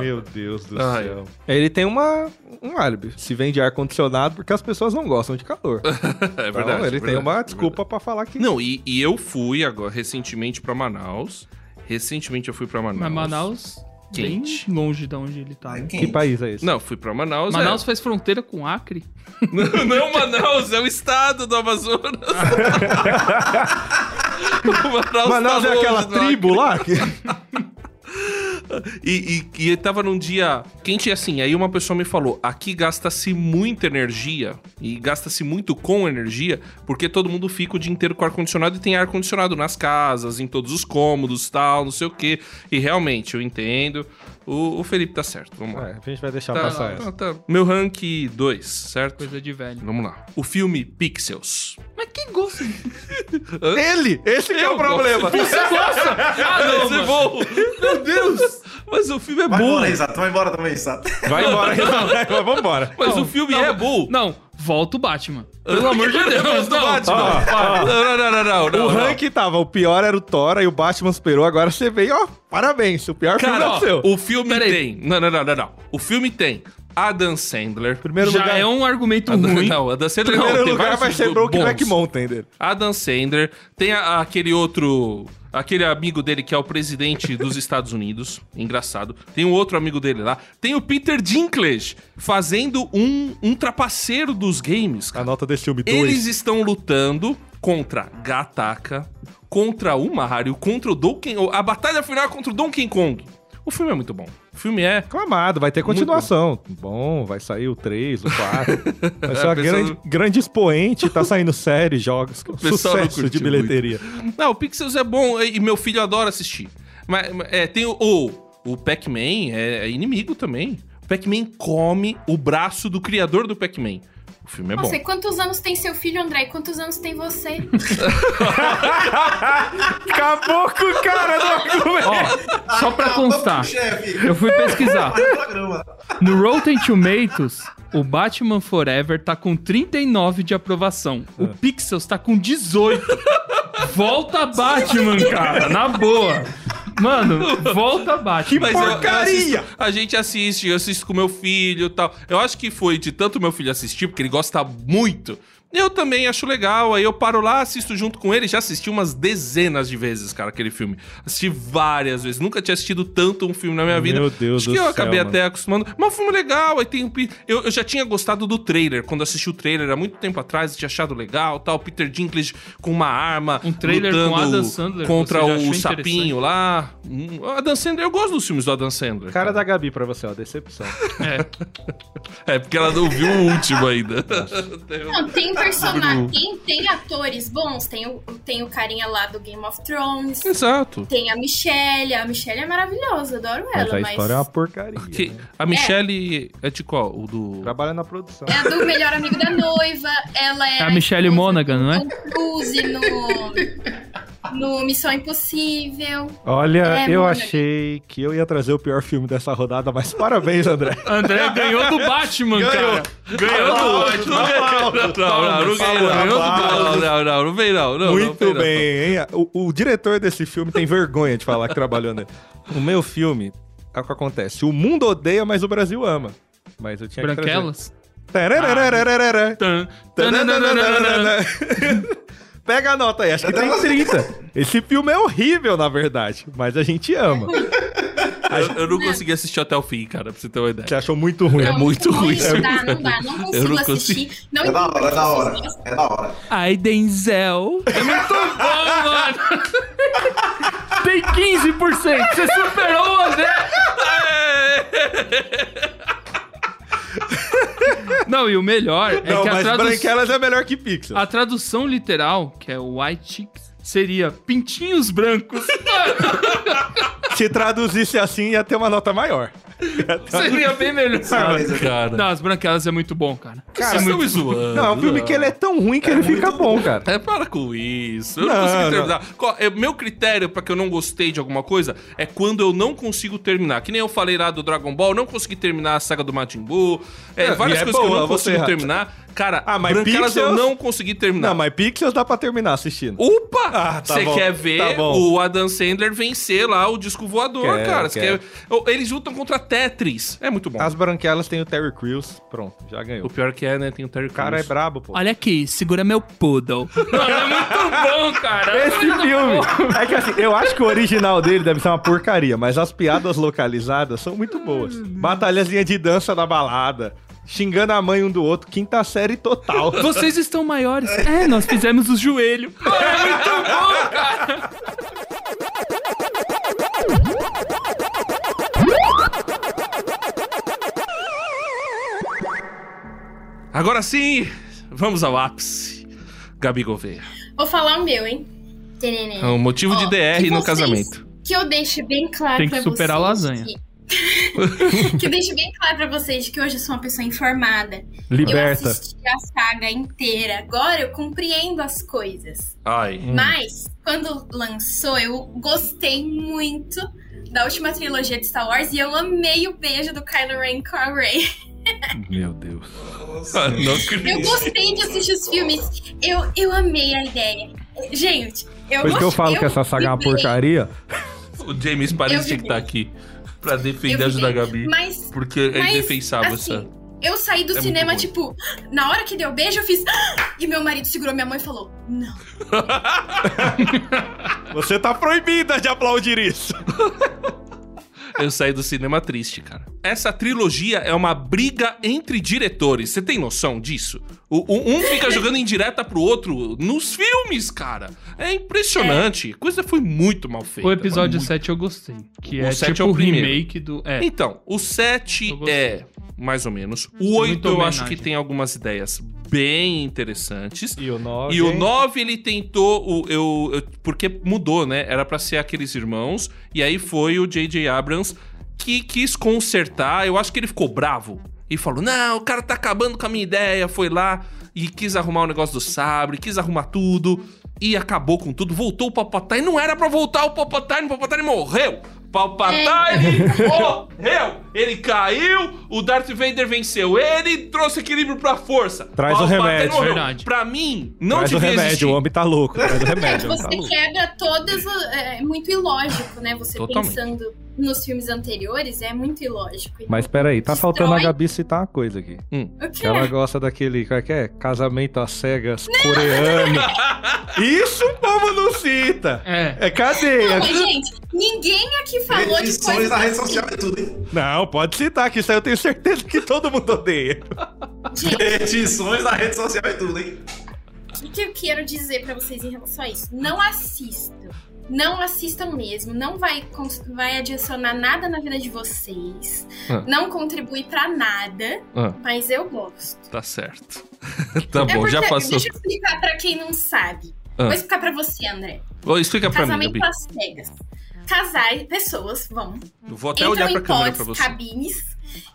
S3: Meu Deus do
S2: Ai.
S3: céu. Ele tem uma, um álibi. Se vende ar-condicionado porque as pessoas não gostam de calor.
S2: <laughs> É
S3: Então,
S2: verdade. é
S3: ele tem
S2: verdade,
S3: uma
S2: é
S3: desculpa pra falar que...
S2: Não, e, e eu fui agora recentemente pra Manaus. Recentemente eu fui pra Manaus.
S6: Mas Manaus, bem
S2: Quente.
S6: longe de onde ele tá.
S5: É
S6: né?
S5: quente.
S3: Que país é esse?
S2: Não, fui pra Manaus. é.
S6: Manaus faz fronteira com Acre.
S2: <laughs> Não, não é o Manaus, é o estado do Amazonas.
S3: <laughs>
S2: <laughs> O Manaus,
S3: Manaus
S2: tá
S3: é aquela
S2: longe do
S3: tribo lá? Que...
S2: Acre. E, e, e tava num dia quente e assim. Aí uma pessoa me falou: aqui gasta-se muita energia e gasta-se muito com energia, porque todo mundo fica o dia inteiro com ar-condicionado e tem ar-condicionado nas casas, em todos os cômodos tal, não sei o quê. E realmente, eu entendo. O, o Felipe tá certo. Vamos lá.
S3: Ué, É,
S6: É.
S3: a gente vai deixar
S2: Tá,
S3: passar essa.
S2: tá, tá. Meu rank 2, certo?
S6: Coisa de velho.
S2: Vamos lá. O filme Pixels.
S6: Mas quem gosta?
S3: Ele! Esse que é
S2: <laughs>
S3: o problema.
S6: Você gosta? Ah, não,
S2: Esse
S6: mano.
S2: voo! Meu Deus! Mas o filme é
S5: Vai
S2: bom!
S5: embora, Isato, vai embora também, Isato.
S3: Vai <laughs> embora, Renan. Vamos embora.
S2: Mas o filme
S6: não,
S2: é bom!
S6: Não, volta o Batman.
S2: <laughs>
S3: <laughs>
S6: Pelo amor de Deus,
S2: do
S6: não.
S2: Batman!
S3: Ó,
S2: Não, não, não, não, não, não.
S3: O ranking tava, o pior era o Thor, aí o Batman superou, agora você veio, ó, parabéns, o pior filme é
S2: Cara,
S3: o seu.
S2: o filme
S6: Peraí.
S2: tem. Não, não, não, não, não. O filme tem Adam Sandler.
S3: Primeiro
S6: Já
S3: lugar,
S6: é um argumento
S2: Adam,
S6: ruim.
S2: Ah, Não, Adam Sandler não,
S3: primeiro
S2: tem
S3: lugar
S2: vários
S3: vai ser
S2: do-
S3: Brokeback
S2: bons.
S3: Mountain dele.
S2: Adam Sandler, tem a- aquele outro. Aquele amigo dele que é o presidente dos Estados Unidos. Engraçado. Tem um outro amigo dele lá. Tem o Peter Dinklage fazendo um, um trapaceiro dos games,
S3: A
S2: cara.
S3: nota desse filme,
S2: Eles
S3: 2.
S2: estão lutando contra Gataca, contra o Mario, contra o Donkey A batalha final é contra o Donkey Kong. O filme é muito bom. O filme é.
S3: Aclamado, vai ter continuação. Bom, vai sair o 3,
S2: <laughs>
S3: o 4. Vai ser
S2: É,
S3: uma
S2: a pessoa
S3: grande,
S2: não-
S3: grande expoente, tá saindo série,
S2: <laughs>
S3: jogos,
S2: pessoal não
S3: sucesso de
S2: curtiu
S3: bilheteria.
S2: Não, o Pixels é bom e e meu filho adora assistir. Mas mas, é, tem o. ou, o Pac-Man é, é inimigo também. O Pac-Man come o braço do criador do Pac-Man. O filme é bom.
S4: Nossa, e quantos anos tem seu filho, André? E quantos anos tem você?
S3: <laughs> Acabou com o cara do argumento.
S6: Ó, só pra
S5: Acabou com o
S6: constar,
S5: chefe.
S6: eu fui pesquisar.
S5: Vai no programa.
S6: No Rotten Tomatoes, o Batman Forever tá com 39 de aprovação.
S2: É.
S6: O Pixels tá com 18. Volta Batman, cara, na boa. Mano,
S2: <laughs>
S6: volta Batman.
S2: Mas eu- eu
S3: Porcaria!
S2: assisto- a gente assiste, eu assisto com meu filho e tal. Eu acho que foi de tanto meu filho assistir, porque ele gosta muito. Eu também acho legal, aí eu paro lá, assisto junto com ele. Já assisti umas dezenas de vezes, cara, aquele filme. Assisti várias vezes. Nunca tinha assistido tanto um filme na minha vida.
S3: Meu Deus
S2: Acho
S3: do
S2: que eu
S3: céu,
S2: acabei
S3: mano.
S2: até acostumando. Mas o filme é legal, aí tem o Pe- eu, eu já tinha gostado do trailer. Quando eu assisti o trailer há muito tempo atrás, tinha achado legal tal. Peter Dinklage com uma arma.
S6: Um trailer com
S2: lutando
S6: Adam Sandler,
S2: Contra
S6: você já achou
S2: o sapinho lá. Hum, Adam Sandler, eu gosto dos filmes do Adam Sandler.
S3: Cara da Gabi pra você, ó, decepção.
S6: É.
S3: <laughs>
S2: É, porque ela não viu o último ainda.
S4: Não, tem personagem. Tem, tem atores bons, tem o, tem o carinha lá do Game of Thrones,
S2: Exato.
S4: tem a Michelle. A Michelle é maravilhosa, adoro
S3: Mas
S4: ela,
S3: a
S4: mas.
S3: história é uma porcaria.
S2: Que
S3: né?
S2: a Michelle é de qual? O do.
S3: Trabalha na produção.
S4: É a do melhor amigo da noiva, ela é.
S6: É a Michelle Monaghan, não é?
S4: Tom Cruise no, no Missão Impossível.
S3: Olha,
S4: É,
S3: eu
S4: mano.
S3: achei que eu ia trazer o pior filme dessa rodada, mas parabéns, André.
S6: André ganhou do Batman, cara.
S2: Ganhou do. Não, não, não, não, não ganhei, não. Ganhou do Paulo. Não, não, não vem não. não, não
S3: Muito
S2: vem, não.
S3: bem, hein? O, o diretor desse filme tem vergonha de falar que trabalhou nele. O meu filme, é o que acontece? O mundo odeia, mas o Brasil ama. Mas eu tinha
S6: Branquelas.
S3: que trazer. Tarararararara.
S6: Tan, tananana.
S3: Tananana. Pega a nota aí, acho que tem 30. Esse filme é horrível, na verdade, mas a gente ama.
S2: Eu, eu não consegui assistir até o fim, cara, pra você ter uma ideia.
S3: Você achou É muito ruim.
S4: Não,
S2: muito ruim
S4: Não
S2: isso,
S4: dá, não dá, não consigo
S2: não
S4: assistir. Não
S5: É da
S4: entendo
S5: hora, é da
S4: essas
S5: hora.
S4: pessoas.
S5: É da hora.
S6: Ai, Denzel. É muito bom, mano. Tem 15%. Você superou o André. Não, e o melhor é
S3: Não,
S6: que a,
S3: mas
S6: tradu-
S3: Branquelas é melhor que Pixel.
S6: a tradução literal, que é White Chicks, seria pintinhos <laughs> brancos.
S3: Se traduzisse assim, ia ter uma nota maior.
S6: seria bem melhor.
S2: Cara.
S6: Não, as branquelas é muito bom, cara.
S2: Cara, vocês
S3: é
S2: estão
S3: muito-
S2: tá me zoando.
S3: Não, é um filme que ele é tão ruim que ele fica bom, cara.
S2: É, para com isso. Eu não,
S3: Não,
S2: consigo
S3: não.
S2: terminar. Qual- é, meu critério pra que eu não gostei de alguma coisa é quando eu não consigo terminar. Que nem eu falei lá do Dragon Ball, eu não consegui terminar a saga do Majin Buu. É,
S3: É,
S2: várias
S3: e é
S2: coisas que eu
S3: boa,
S2: não
S3: você
S2: consigo
S3: erra.
S2: terminar. Cara,
S3: Ah, mas
S2: Branquelas eu
S3: Pixels-
S2: não consegui terminar.
S3: Não, mas Pixels dá pra terminar assistindo.
S2: Opa!
S3: Ah, tá
S2: Você
S3: bom,
S2: quer ver
S3: tá bom.
S2: o Adam Sandler vencer lá o disco voador,
S3: Quero,
S2: cara? Você
S3: quero.
S2: Quer... Eles lutam contra Tetris. É muito bom.
S3: As branquelas tem o Terry Crews. Pronto, já
S2: O
S3: ganhou.
S2: pior que é, né? Tem o Terry
S3: O cara é
S2: Crews.
S3: brabo, pô.
S6: Olha aqui, segura meu poodle. Mano, é muito bom, cara.
S3: Esse filme. É que assim, eu acho que o original dele deve ser uma porcaria, mas as piadas localizadas são muito boas. Batalhazinha de dança na balada, xingando a mãe um do outro, quinta série total.
S6: Vocês estão maiores. É, nós fizemos
S2: <laughs>
S6: o joelho.
S2: Agora sim, vamos ao ápice. Gabi Gouveia.
S4: Vou falar o meu, hein? Tenenê.
S2: É um motivo de
S4: Ó,
S2: DR
S4: que
S2: no
S4: vocês-
S2: casamento.
S4: Que eu deixe bem claro
S6: Tem que
S4: pra
S6: superar a
S4: vocês
S6: lasanha.
S4: que- <laughs> que eu deixe bem claro pra vocês que hoje eu sou uma pessoa informada. Eu
S3: Liberta.
S4: assisti a saga inteira. Agora eu compreendo as coisas.
S3: Hum.
S2: Ai.
S4: Mas, quando lançou, eu gostei muito da última trilogia de Star Wars e eu amei o beijo do Kylo Ren com a Rey.
S3: Meu Deus.
S2: Ah,
S5: Nossa.
S2: Não
S4: Eu
S2: acredito.
S4: gostei de assistir os filmes. Eu, eu amei a ideia. Gente, eu
S3: Por isso que eu falo que essa saga é uma
S4: vibrei,
S3: porcaria.
S2: O James Paris
S4: Eu
S2: tinha que estar
S4: vibrei.
S2: aqui pra
S4: eu
S2: defender a ajuda da
S4: vibrei.
S2: Gabi.
S4: Mas,
S2: Porque é
S4: mas,
S2: indefensável
S4: assim,
S2: essa.
S4: Eu saí do
S2: É muito
S4: cinema,
S2: ruim.
S4: tipo, na hora que deu beijo, eu fiz. "Ah!" E meu marido segurou minha mão e falou: Não.
S3: Você tá proibida de aplaudir isso.
S2: Eu saí do cinema triste, cara. Essa trilogia é uma briga entre diretores. Você tem noção disso? O- o- um fica jogando indireta pro outro nos filmes, cara. É impressionante. A coisa foi muito mal feita.
S6: O episódio
S2: Muito.
S6: 7 eu gostei. Que
S2: O
S6: é
S2: 7
S6: tipo
S2: é o
S6: o
S2: primeiro.
S6: remake do. É.
S2: Então, o 7
S6: Eu gostei.
S2: é mais ou menos. O
S6: Muita
S2: 8 eu acho
S6: homenagem.
S2: que tem algumas ideias bem interessantes.
S3: E o é- 9.
S2: E o 9 ele tentou o eu, eu- porque mudou, né? Era pra ser aqueles irmãos e aí foi o JJ Abrams que quis consertar. Eu acho que ele ficou bravo e falou: "Não, o cara tá acabando com a minha ideia". Foi lá e quis arrumar o negócio do sabre, quis arrumar tudo e acabou com tudo. Voltou o Palpatine, não era pra voltar o Palpatine, o Palpatine morreu. Palpatine <laughs> morreu! Ele caiu, o Darth Vader venceu ele, trouxe equilíbrio pra força.
S3: Traz o
S2: Palpatine
S3: remédio.
S2: morreu.
S6: Verdade.
S2: Pra mim, não
S3: Traz o
S2: devia
S3: remédio,
S2: existir.
S3: o homem tá louco. Traz o
S4: É,
S3: remédio, o homem tá
S4: você
S3: louco.
S4: quebra todas. a- É muito ilógico, né? Você
S2: Totalmente.
S4: pensando nos filmes anteriores, é muito ilógico.
S3: Mas peraí, tá
S4: Destrói.
S3: faltando a Gabi citar uma coisa aqui.
S4: O quê?
S3: Que ela gosta daquele, como é que é? Casamento às cegas coreano. <laughs> Isso o povo não cita.
S6: É.
S3: É
S4: Não,
S3: cadeia.
S4: mas, gente, ninguém aqui falou de
S5: Edições
S4: coisa.
S5: na rede social e tudo, hein?
S3: Não, pode citar, que isso aí eu tenho certeza que todo mundo odeia.
S5: Edições na rede social e tudo, hein?
S4: O que eu quero dizer pra vocês em relação a isso? Não assistam. Não assistam mesmo. Não vai, cons- vai adicionar nada na vida de vocês.
S2: Ah.
S4: Não contribui pra nada.
S2: Ah.
S4: Mas eu gosto.
S2: Tá certo. <laughs> tá
S4: É
S2: bom,
S4: porque-
S2: já passou.
S4: Deixa eu explicar pra quem não sabe.
S2: Ah.
S4: Vou explicar pra você, André.
S2: Ô, explica é pra mim,
S4: Casamento
S2: Gabi.
S4: às cegas. Casais, pessoas vão,
S2: Eu Vou até
S4: entram
S2: olhar pra
S4: em
S2: câmera
S4: pods,
S2: pra você.
S4: cabines,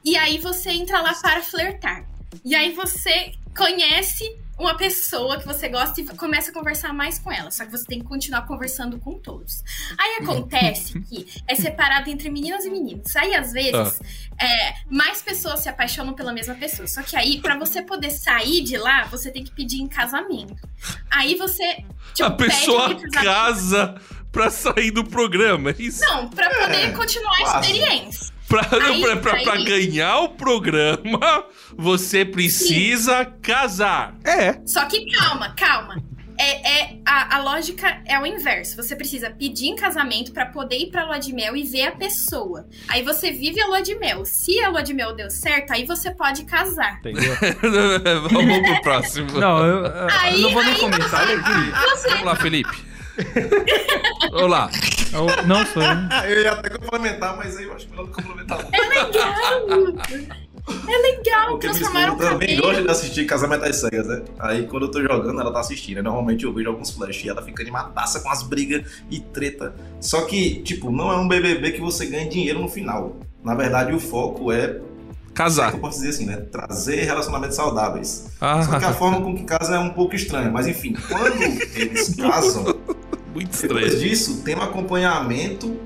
S4: e aí você entra lá para flertar. E aí você conhece uma pessoa que você gosta e começa a conversar mais com ela. Só que você tem que continuar conversando com todos. Aí
S2: <laughs>
S4: acontece que é separado entre meninas e meninos. Aí, às vezes,
S2: Ah.
S4: é, mais pessoas se apaixonam pela mesma pessoa. Só que aí, pra você poder sair de lá, você tem que pedir em casamento. Aí você. tipo,
S2: A
S4: pede
S2: pessoa
S4: aquele casamento.
S2: casa pra sair do programa, é isso?
S4: Não, pra poder continuar a
S5: quase.
S4: experiência.
S2: Pra,
S4: Aí,
S2: pra- pra-
S4: aí.
S2: pra ganhar o programa, você precisa
S4: <laughs>
S2: casar.
S3: É.
S4: Só que calma, calma. É, é- a, a lógica é o inverso. Você precisa pedir em casamento pra poder ir pra lua de mel e ver a pessoa. Aí você vive a lua de mel. Se a lua de mel deu certo, aí você pode casar.
S3: Entendeu?
S2: Vamos pro próximo.
S6: Não, eu, eu
S4: Aí-
S6: não vou nem
S4: aí
S6: comentar.
S4: você-
S2: Vamos lá, <laughs> Felipe. Olá.
S6: Eu- não sou eu.
S5: Ah, eu ia até complementar, mas aí eu acho melhor não complementar. não.
S4: É legal
S5: Porque minha
S4: transformar
S5: esposa
S4: um
S5: também gosta
S4: cabelo.
S5: de é assistir Casamento às Cegas, né? Aí quando eu tô jogando, ela tá assistindo. né? Normalmente eu vejo alguns flash e ela fica animadaça com as brigas e treta. Só que, tipo, não é um BBB que você ganha dinheiro no final. Na verdade, o foco é, como é que
S2: Casar.
S5: eu posso dizer assim, né? Trazer relacionamentos saudáveis. Só que a
S2: Ah,
S5: forma com que casa é um pouco estranha. Mas enfim, quando eles casam,
S2: muito estranho.
S5: depois disso, tem um acompanhamento,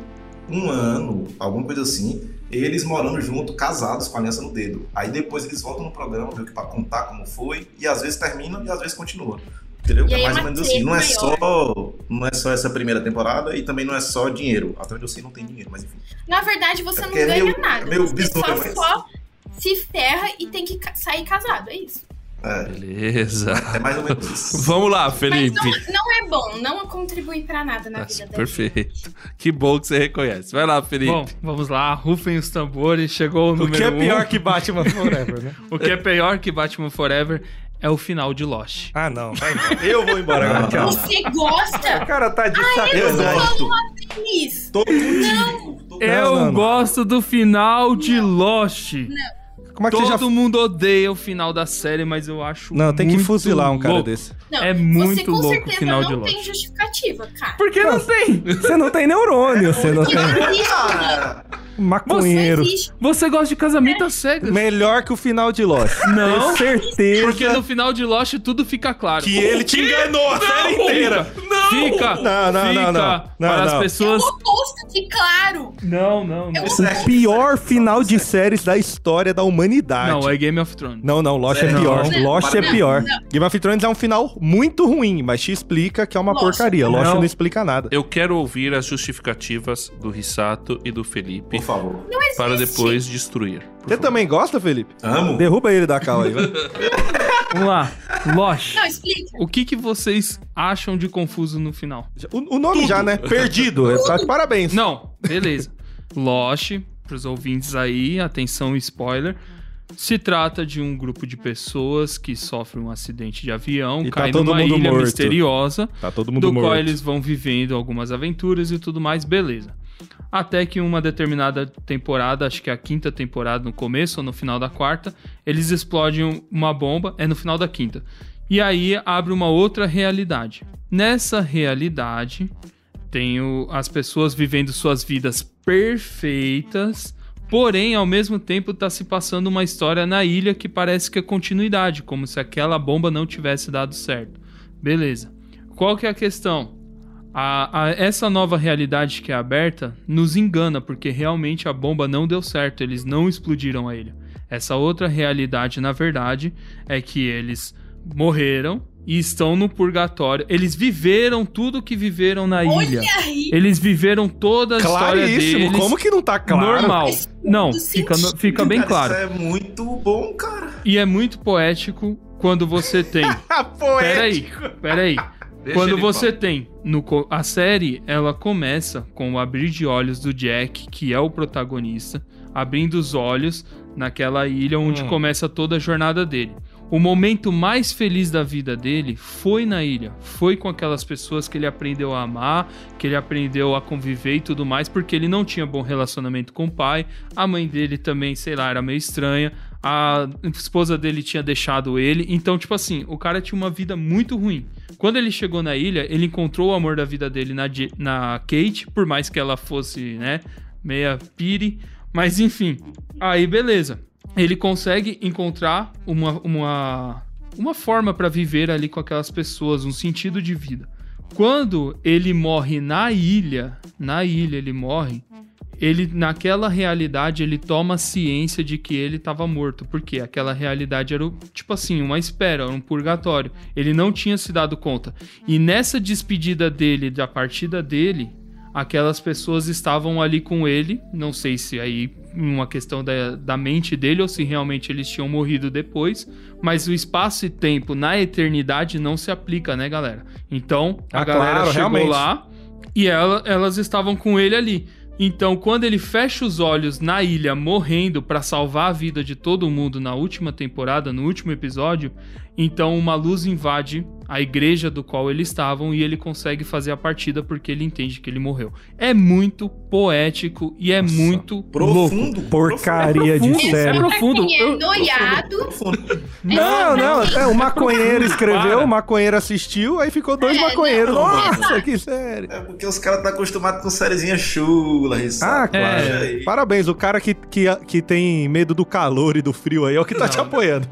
S5: um ano, alguma coisa assim, eles morando junto, casados, com a aliança no dedo. Aí depois eles voltam no programa, meio que pra contar como foi, e às vezes termina e às vezes continua. Entendeu?
S4: E aí
S5: É
S4: é
S5: mais ou
S4: uma
S5: menos
S4: treta
S5: assim. Não é,
S4: maior. né?
S5: só, não é só essa primeira temporada e também não é só dinheiro. Até onde eu sei, não tem dinheiro, mas enfim.
S4: Na verdade, você
S5: É
S4: não
S5: porque é
S4: ganha
S5: meio-
S4: nada.
S5: é meio
S4: você só,
S5: bizonho, mas-
S4: só se ferra e tem que ca- sair casado. É isso.
S5: É,
S2: Beleza.
S5: é mais ou menos
S6: <laughs>
S5: isso.
S2: Vamos lá,
S4: Mas
S2: Felipe.
S4: não, não é bom, não contribui pra nada na
S2: Nossa,
S4: vida da gente.
S2: perfeito. Que bom que você reconhece. Vai lá, Felipe.
S6: Bom, vamos lá, rufem os tambores, chegou o
S3: O
S6: número
S3: que é
S6: um.
S3: pior que Batman Forever, né?
S6: O que é pior que Batman Forever é o final de Lost.
S3: Ah, não. vai embora. Eu vou embora agora. tchau.
S4: Você gosta? assim
S3: O cara tá de
S5: Eu
S3: sacanagem.
S5: gosto.
S4: Isso.
S5: Tô contigo. Tô
S6: Eu
S3: não, não.
S6: gosto do final de Lost.
S3: Como é que
S6: Todo
S3: você já...
S6: mundo odeia o final da série, mas eu acho
S3: Não, tem que
S6: muito
S3: fuzilar um cara
S6: louco.
S3: desse.
S4: Não,
S6: É muito
S4: você com
S6: louco o
S4: certeza
S6: final
S4: não
S6: de
S4: tem
S6: Lost.
S4: justificativa, cara.
S6: Por que não tem?
S3: Você não tem neurônio, você não
S4: Porque
S3: tem
S4: não existe, É
S5: Cara,
S3: maconheiro.
S4: Não existe.
S6: Você gosta de casamento às cegas.
S3: Melhor que o final de Lost.
S6: Não.
S3: Tenho certeza.
S6: Porque no final de Lost tudo fica claro.
S3: é
S2: Que ele te enganou a série inteira. Não!
S6: Fica,
S3: Não, não,
S6: fica
S3: não, não. Não,
S6: para
S3: não.
S6: as
S4: É o
S6: pessoas.
S4: oposto de claro.
S6: Não, não,
S4: É
S6: não.
S4: o
S5: Certo,
S3: O pior final de séries da história da humanidade.
S6: Não, é Game of Thrones.
S3: Não, não, Lost é
S5: Não.
S3: pior.
S4: Não,
S3: Lost é
S4: não,
S3: pior.
S4: não.
S3: Game of Thrones é um final muito ruim, mas te explica que é uma
S4: Lost.
S3: porcaria. Lost
S6: Não.
S3: não. explica nada.
S2: Eu quero ouvir as justificativas do Rissato e do Felipe
S5: Por favor.
S4: é
S2: para depois destruir. Por
S3: Você
S2: favor.
S3: também gosta, Felipe?
S5: Amo.
S3: Derruba ele da cal aí. vai. <laughs>
S6: Vamos lá. Lost.
S4: Não, explica.
S6: O que, que vocês acham de confuso no final?
S3: O, o nome já, né? Perdido. É, Tá de parabéns.
S6: Não, beleza. <laughs> Lost, pros ouvintes aí, atenção, spoiler. Se trata de um grupo de pessoas que sofrem um acidente de avião,
S3: E tá
S6: caem
S3: todo
S6: numa
S3: mundo
S6: ilha
S3: morto.
S6: misteriosa,
S3: Tá todo
S6: do
S3: mundo morto.
S6: qual eles vão vivendo algumas aventuras e tudo mais, beleza. Até que em uma determinada temporada, acho que é a quinta temporada, no começo ou no final da quarta, eles explodem uma bomba, é no final da quinta. E aí abre uma outra realidade. Nessa realidade, tem o- as pessoas vivendo suas vidas perfeitas, porém, ao mesmo tempo, tá se passando uma história na ilha que parece que é continuidade, como se aquela bomba não tivesse dado certo. Beleza. Qual que é a questão? A- a- essa nova realidade que é aberta nos engana, porque realmente a bomba não deu certo, eles não explodiram a ilha. Essa outra realidade, na verdade, é que eles morreram e estão no purgatório. Eles viveram tudo que viveram na ilha.
S4: Olha aí.
S6: Eles viveram toda a história
S3: Claríssimo.
S6: deles.
S3: Como que não tá claro?
S6: Normal.
S4: Faz todo
S6: Não, fica, no-
S4: sentido,
S6: fica bem
S5: Cara,
S6: claro.
S5: Isso é muito bom, cara.
S6: E é muito poético quando você tem. peraí, peraí.
S2: Deixa
S6: Quando
S2: ele
S6: você tem no co- a série, ela começa com o abrir de olhos do Jack, que é o protagonista, abrindo os olhos naquela ilha onde
S3: Hum.
S6: começa toda a jornada dele. O momento mais feliz da vida dele foi na ilha, foi com aquelas pessoas que ele aprendeu a amar, que ele aprendeu a conviver e tudo mais, porque ele não tinha bom relacionamento com o pai, a mãe dele também, sei lá, era meio estranha. A esposa dele tinha deixado ele. Então, tipo assim, o cara tinha uma vida muito ruim. Quando ele chegou na ilha, ele encontrou o amor da vida dele na, Je- na Kate, por mais que ela fosse, né, meia pire. Mas enfim, aí beleza. Ele consegue encontrar uma, uma, uma forma pra viver ali com aquelas pessoas, um sentido de vida. Quando ele morre na ilha, na ilha ele morre, ele naquela realidade ele toma ciência de que ele estava morto, porque aquela realidade era o- tipo assim, uma espera, era um purgatório. Ele não tinha se dado conta. E nessa despedida dele, da partida dele, aquelas pessoas estavam ali com ele, não sei se aí uma questão da, da mente dele ou se realmente eles tinham morrido depois, mas o espaço e tempo na eternidade não se aplica, né, galera? Então, a
S3: Ah,
S6: galera
S3: claro,
S6: chegou
S3: realmente.
S6: lá e ela- elas estavam com ele ali. Então, quando ele fecha os olhos na ilha morrendo pra salvar a vida de todo mundo na última temporada, no último episódio, então uma luz invade a igreja do qual eles estavam e ele consegue fazer a partida porque ele entende que ele morreu. É muito poético e é muito louco.
S5: Profundo.
S3: Porcaria de
S6: Profundo, É
S3: série.
S6: profundo.
S4: Assim,
S6: Eu-
S4: é noiado.
S5: Profundo.
S3: Não, não, é, o maconheiro escreveu, o maconheiro assistiu, aí ficou dois
S4: É,
S3: maconheiros.
S4: não,
S3: Nossa, que série.
S5: É porque os caras estão tá acostumados com sériezinha chula,
S3: Ah,
S5: risada.
S3: claro.
S5: É.
S3: Parabéns, o cara que, que, que tem medo do calor e do frio aí é o que tá
S6: né?
S3: te apoiando.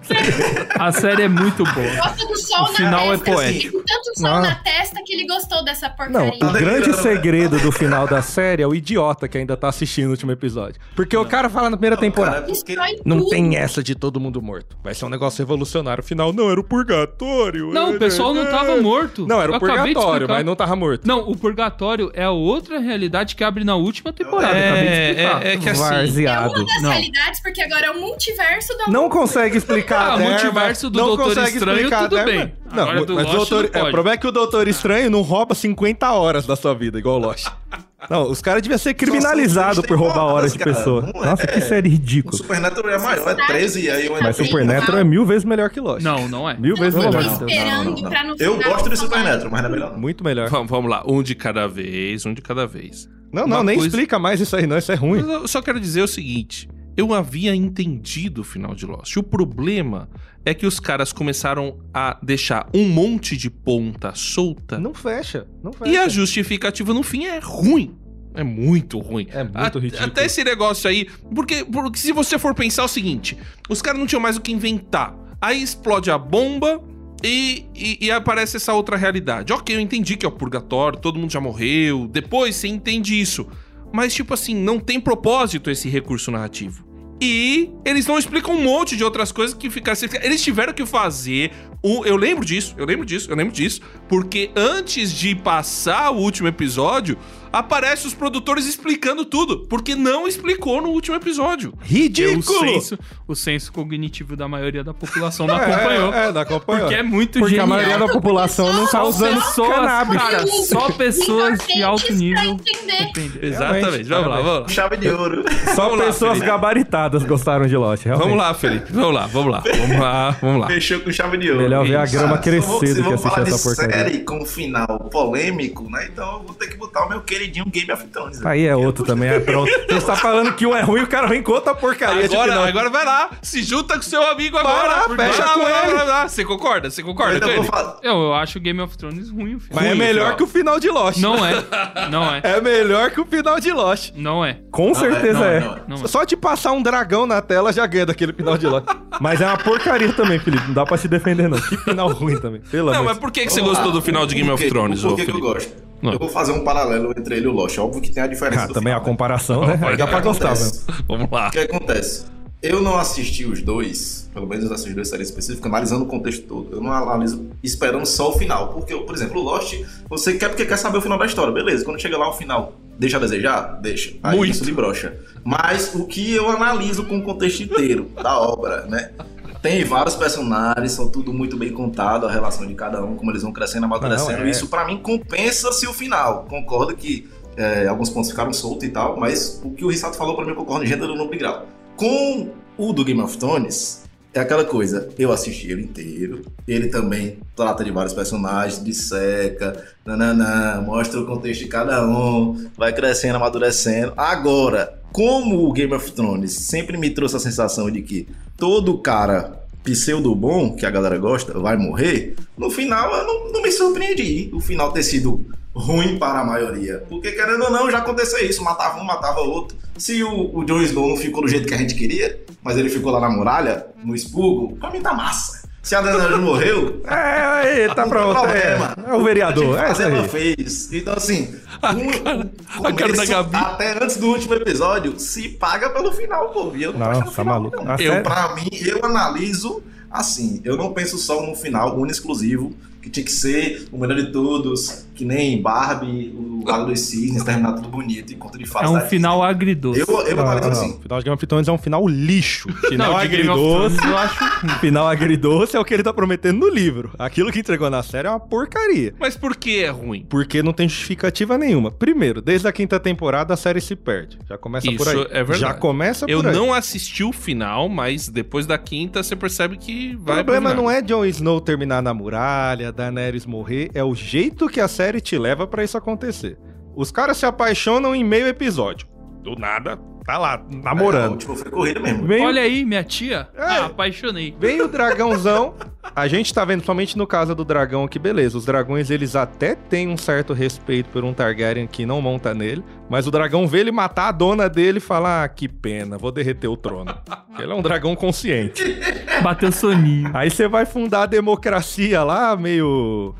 S6: A série é muito boa.
S4: Gosta do sol
S6: O final é
S4: na testa. assim,
S6: poético.
S4: Com tanto sol
S3: Ah.
S4: na testa que ele gostou dessa
S3: Não,
S4: porcaria.
S3: o
S5: Tá
S3: grande
S6: né?
S5: delirando,
S3: segredo do final da série é o idiota que ainda tá assistindo o último episódio. Porque o cara fala na primeira temporada.
S5: Cara, é porque-
S4: Destrói
S6: é
S3: Não
S4: tudo.
S3: tem essa de todo mundo morto. Vai ser um negócio revolucionário. Afinal, não, era o purgatório.
S6: Não, o pessoal não tava morto.
S3: Não, era o
S6: Eu acabei de
S3: purgatório,
S6: explicar.
S3: mas não tava morto.
S6: Não, o Purgatório é a outra realidade que abre na última temporada. eu acabei de
S8: É,
S6: explicar.
S8: é, é que assim.
S4: É
S3: Varzeado.
S4: uma das
S6: Não.
S4: realidades, porque agora é o multiverso da
S3: Não consegue explicar
S6: Ah,
S3: a Derma,
S6: multiverso do
S3: não
S6: Doutor
S3: consegue
S6: Estranho,
S3: explicar a
S6: tudo
S3: Derma.
S6: bem.
S3: Não,
S6: Agora do
S3: mas o
S6: Lost
S3: doutor, é,
S6: não pode.
S3: o problema é que o Doutor Estranho não rouba 50 horas da sua vida, igual o Lost. Não, os caras deviam ser criminalizados por roubar horas de
S5: Cara,
S3: pessoa.
S5: não é.
S3: Nossa, que série
S5: O
S3: ridícula.
S5: Supernatural é maior, é 13 e aí eu ainda
S3: Mas
S5: tenho-
S3: Supernatural é mil vezes melhor que Lost.
S6: Não, não é.
S3: Mil
S4: Eu
S3: vezes
S4: fiquei
S3: melhor.
S6: não,
S4: esperando
S5: não.
S4: pra no
S5: Eu
S4: final
S5: gosto de
S4: falar.
S5: Supernatural, mas não é melhor não.
S3: Muito melhor.
S2: Vamos, vamos lá, um de cada vez, um de cada vez.
S3: Não, não,
S2: Uma
S3: nem
S2: coisa-
S3: explica mais isso aí, não. Isso é
S2: Mas
S3: ruim.
S2: eu só quero dizer o seguinte: eu havia entendido o final de Lost. O problema é que os caras começaram a deixar um monte de ponta solta
S3: Não fecha. Não fecha.
S2: e a justificativa no fim é ruim. É muito ruim.
S3: É muito
S2: A-
S3: ridículo.
S2: Até esse negócio aí. Porque, porque se você for pensar é o seguinte: os caras não tinham mais o que inventar. Aí explode a bomba e, e- e aparece essa outra realidade. Ok, eu entendi que é o purgatório, todo mundo já morreu. Depois você entende isso. Mas, tipo assim, não tem propósito esse recurso narrativo. E eles não explicam um monte de outras coisas que ficaram. sem- Eles tiveram que fazer. o- eu lembro disso, eu lembro disso, eu lembro disso. Porque antes de passar o último episódio, aparece os produtores explicando tudo. Porque não explicou no último episódio.
S6: O
S3: Ridículo!
S6: senso, o senso cognitivo da maioria da população não
S3: É,
S6: acompanhou.
S3: É, não acompanhou.
S6: Porque é muito
S3: Porque a
S6: genial.
S3: maioria da população não tá
S4: Só
S3: usando
S6: pessoas,
S3: cannabis.
S6: cara, só pessoas de alto nível.
S4: Pra entender.
S6: Entendeu?
S2: Exatamente. Vamos lá,
S3: parabéns.
S2: vamos lá.
S5: Chave
S3: <laughs>
S5: de ouro.
S3: Só
S2: Vamos lá,
S3: pessoas
S2: Felipe.
S3: gabaritadas gostaram de Lost, realmente.
S2: Vamos lá, Felipe. Vamos lá, vamos lá. Vamos lá, vamos
S5: <laughs>
S2: lá.
S5: Fechou com chave de ouro.
S3: Melhor ver a
S5: Isso.
S3: grama
S5: Ah, se eu vou-
S3: crescer
S5: se
S3: do que
S5: eu vou
S3: assistir
S5: falar de
S3: essa porcaria.
S5: série com um final polêmico, né? Então eu vou ter que botar o meu queridinho Game of Thrones. né?
S3: Aí é outro também, é pronto. Você tá falando que um é ruim, o cara vem com outra porcaria. tipo,
S2: Agora,
S3: não.
S2: agora vai lá, se junta com seu amigo
S3: lá,
S2: agora. porque-
S3: fecha com
S2: vai lá,
S3: ele.
S2: vai lá. Você concorda? Você
S5: Então Eu
S2: concorda
S5: ainda
S2: com
S5: vou
S2: ele?
S5: falar.
S6: Eu, eu acho Game of Thrones ruim, filho.
S3: Mas é
S2: ruim,
S3: melhor
S2: final.
S3: que o final de Lost.
S6: Não é, não é,
S3: É melhor que o final de Lost.
S6: não é.
S3: Com certeza
S5: não,
S3: é.
S5: não,
S6: não é.
S3: Só de passar um dragão na tela já ganha daquele final de Lost. Mas é uma porcaria também, Felipe. Não dá pra se defender, não. Que final ruim também. Pelo
S2: Não,
S3: amor
S2: mas
S3: de
S2: por que, que você
S5: Vamos lá.
S2: gostou do final de Game
S5: Por
S2: of
S5: quê?
S2: Thrones,
S5: Por
S2: ô
S5: que que eu
S2: Felipe?
S5: gosto?
S2: Não.
S5: Eu vou fazer um paralelo entre ele e o Lost. Óbvio que tem a diferença
S3: Ah,
S5: do
S3: também a
S5: final, né?
S3: comparação, né?
S2: Vai,
S3: Dá pra
S5: O que
S3: gostar,
S5: acontece?
S3: velho.
S2: Vamos lá.
S5: O que acontece? Eu não assisti os dois, pelo menos essas duas séries específicas, analisando o contexto todo. Eu não analiso esperando só o final. Porque, por exemplo, o Lost, você quer porque quer saber o final da história, beleza. Quando chega lá o final, deixa a desejar? Deixa. Aí
S2: Muito.
S5: isso de brocha. Mas o que eu analiso com o contexto inteiro da obra, né? Tem vários personagens, são tudo muito bem contado, a relação de cada um, como eles vão crescendo, amadurecendo.
S3: Não, é.
S5: Isso pra mim compensa-se o final. Concordo que é, alguns pontos ficaram soltos e tal, mas o que o Rissato falou pra mim eu concordo em gênero no grau. Com o do Game of Thrones, é aquela coisa, eu assisti ele inteiro, ele também trata de vários personagens, disseca, nananã, mostra o contexto de cada um, vai crescendo, amadurecendo. Agora, como o Game of Thrones sempre me trouxe a sensação de que todo cara pseudo bom, que a galera gosta, vai morrer, no final eu não, não me surpreendi o final ter sido ruim para a maioria. Porque querendo ou não, já aconteceu isso, matava um, matava outro. Se o, o Jon Snow não ficou do jeito que a gente queria, mas ele ficou lá na muralha, no expurgo, pra mim tá massa. Se a Dana Jones morreu,
S3: É, é, tá
S5: Não tem
S3: pronto.
S5: problema.
S3: É, é o vereador. É
S5: a
S3: isso aí.
S5: Zeba fez. Então, assim, um-
S2: a cara da
S5: começo
S2: Gabi.
S5: até antes do último episódio, se paga pelo final, pô. E eu não,
S3: Não,
S5: acho
S3: tá
S5: no final,
S3: maluco.
S5: não.
S3: Tá
S5: Eu,
S3: certo.
S5: pra mim, eu analiso assim. Eu não penso só no final único e exclusivo, que tinha que ser o melhor de todos, que nem Barbie, o Lago dos Cisnes, terminar tudo bonito e conto de fadas.
S6: É um
S5: da Disney.
S6: final agridoce.
S5: Eu, eu
S3: Não, não, Ah,
S5: analiso
S3: não.
S5: assim.
S3: O final de Game of Thrones é um final lixo. Final
S6: de Game of
S3: agridoce.
S6: Thrones, eu acho
S3: Final agridoce é o que ele tá prometendo no livro. Aquilo que entregou na série é uma porcaria.
S2: Mas por que é ruim?
S3: Porque não tem justificativa nenhuma. Primeiro, desde a quinta temporada a série se perde. Já começa por aí.
S2: Isso é verdade.
S3: Já começa
S2: Eu
S3: tá por aí.
S2: não assisti o final, mas depois da quinta você percebe que
S3: O
S2: vai.
S3: problema
S2: pro
S3: não
S2: final.
S3: é Jon Snow terminar na muralha, Daenerys morrer, é o jeito que a série te leva pra isso acontecer. Os caras se apaixonam em meio episódio. Do nada, tá lá,
S5: O
S3: namorando.
S5: último É, tipo, foi corrida mesmo.
S3: Vem,
S6: Olha aí, minha tia.
S3: É.
S6: Ah, apaixonei.
S3: vem o dragãozão. A gente tá vendo, somente no caso do dragão, que beleza. Os dragões, eles até têm um certo respeito por um Targaryen que não monta nele. Mas o dragão vê ele matar a dona dele e fala: Ah, que pena, vou derreter o trono. Ele é um dragão consciente.
S6: Bateu soninho.
S3: Aí você vai fundar a democracia lá, meio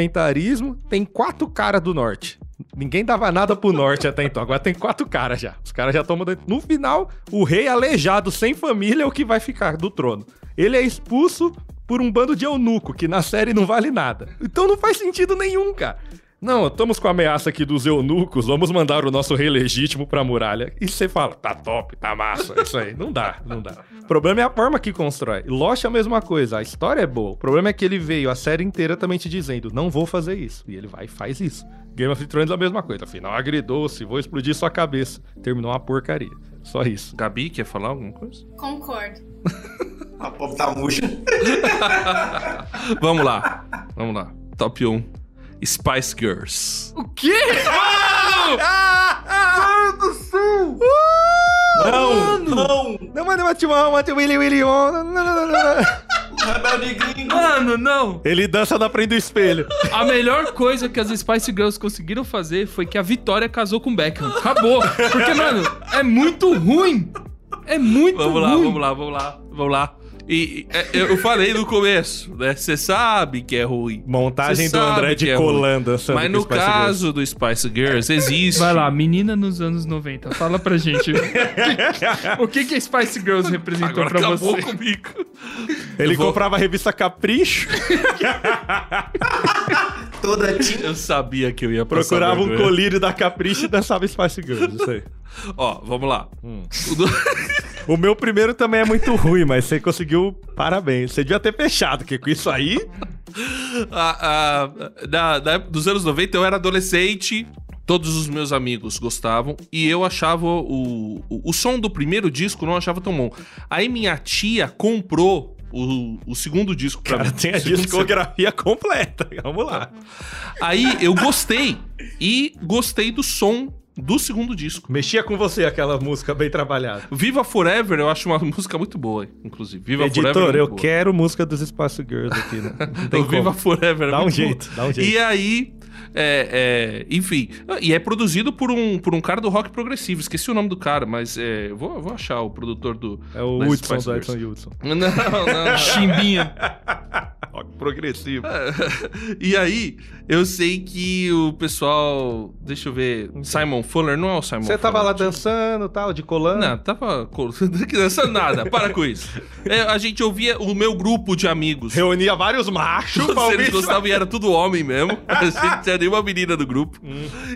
S3: parlamentarismo. Tem quatro caras do norte. Ninguém dava nada pro norte até então. Agora tem quatro caras já. Os caras já tomam. dentro. No final, o rei aleijado, sem família, é o que vai ficar do trono. Ele é expulso por um bando de eunuco, que na série não vale nada. Então não faz sentido nenhum, cara. Não, estamos com a ameaça aqui dos eunucos, vamos mandar o nosso rei legítimo pra muralha. E você fala, tá top, tá massa, é isso aí. Não dá, não dá. O problema é a forma que constrói. Lost é a mesma coisa, a história é boa. O problema é que ele veio a série inteira também te dizendo, não vou fazer isso. E ele vai e faz isso. Game of Thrones é a mesma coisa. Afinal, agredou-se, vou explodir sua cabeça. Terminou uma porcaria. Só isso. <laughs>
S2: Gabi, quer falar alguma coisa?
S4: Concordo.
S5: A pobre tá murcha. <laughs>
S2: Vamos
S3: <laughs>
S2: lá. Vamos lá. Top 1. Spice Girls.
S6: O quê?
S5: Não, não.
S3: Não, mano, mate o mate o Willy Willy. oh, não, não, não, não, não.
S5: Rebelde gringo.
S6: Mano, não.
S3: Ele dança na frente do espelho.
S6: A melhor coisa que as Spice Girls conseguiram fazer foi que a Vitória casou com o Beckham. Acabou. Porque, mano, é muito ruim. É muito
S2: Vamos lá,
S6: ruim.
S2: vamos lá, vamos lá, vamos lá. E, e, é, eu falei no começo, né? Você sabe que é ruim.
S3: Montagem
S2: Cê
S3: do
S2: sabe
S3: André
S2: que
S3: de
S2: é
S3: Colan dançando
S2: Mas
S3: com
S2: no
S3: Spice Girls.
S2: caso do Spice Girls, existe.
S6: Vai lá, menina nos anos 90. Fala pra
S3: <laughs>
S6: gente. o que que a Spice Girls
S3: então
S6: representou
S2: Agora
S6: pra
S2: acabou
S6: você?
S2: comigo.
S3: Ele
S2: Eu vou-
S3: comprava a revista Capricho,
S5: Toda tinta.
S2: Eu sabia que eu ia passar
S3: procurava um
S2: vergonha.
S3: colírio da Capricho e dançava Spice Girls, isso aí.
S2: Ó, vamos lá. O do-
S3: O meu primeiro também é muito ruim, mas você conseguiu, parabéns. Você devia ter fechado, porque com isso aí...
S2: a- a- da- da- dos anos 90, eu era adolescente. Todos os meus amigos gostavam e eu achava o, o, o som do primeiro disco não achava tão bom. Aí minha tia comprou o, o segundo disco pra
S3: Cara,
S2: mim.
S3: <laughs> tem a
S2: Segundo
S3: discografia completa, vamos lá.
S2: Aí eu gostei e gostei do som do segundo disco.
S3: Mexia com você aquela música bem trabalhada.
S2: Viva Forever, eu acho uma <laughs> música muito boa, inclusive. Viva Forever.
S3: Editor,
S2: é
S3: eu
S2: muito boa.
S3: quero música dos Espaço Girls aqui,
S2: <laughs>
S3: né? Não tem
S2: O Viva
S3: como.
S2: Forever. é
S3: Dá um
S2: muito
S3: jeito,
S2: boa.
S3: dá um jeito.
S2: E aí, é, é, enfim, e é produzido por um, por um cara do rock progressivo. Esqueci o nome do cara, mas é, vou, vou achar o produtor do.
S3: É o
S2: das
S3: Hudson,
S2: Spice
S3: do
S2: Girls.
S3: Edson Hudson.
S2: Não, não, não.
S6: Chimbinha.
S3: Progressivo.
S2: e aí, eu sei que o pessoal. Deixa eu ver. Simon Fuller, não é o Simon
S3: Você tava
S2: Fuller.
S3: lá dançando, tal, de colando.
S2: <laughs> Não, tava criança nada, para com isso. É, a gente ouvia o meu grupo de amigos.
S3: Reunia
S2: <laughs>
S3: vários machos pra
S2: Todos eles
S3: ouvir
S2: gostavam e era tudo homem
S3: <laughs>
S2: mesmo. A gente não tinha nenhuma menina do grupo.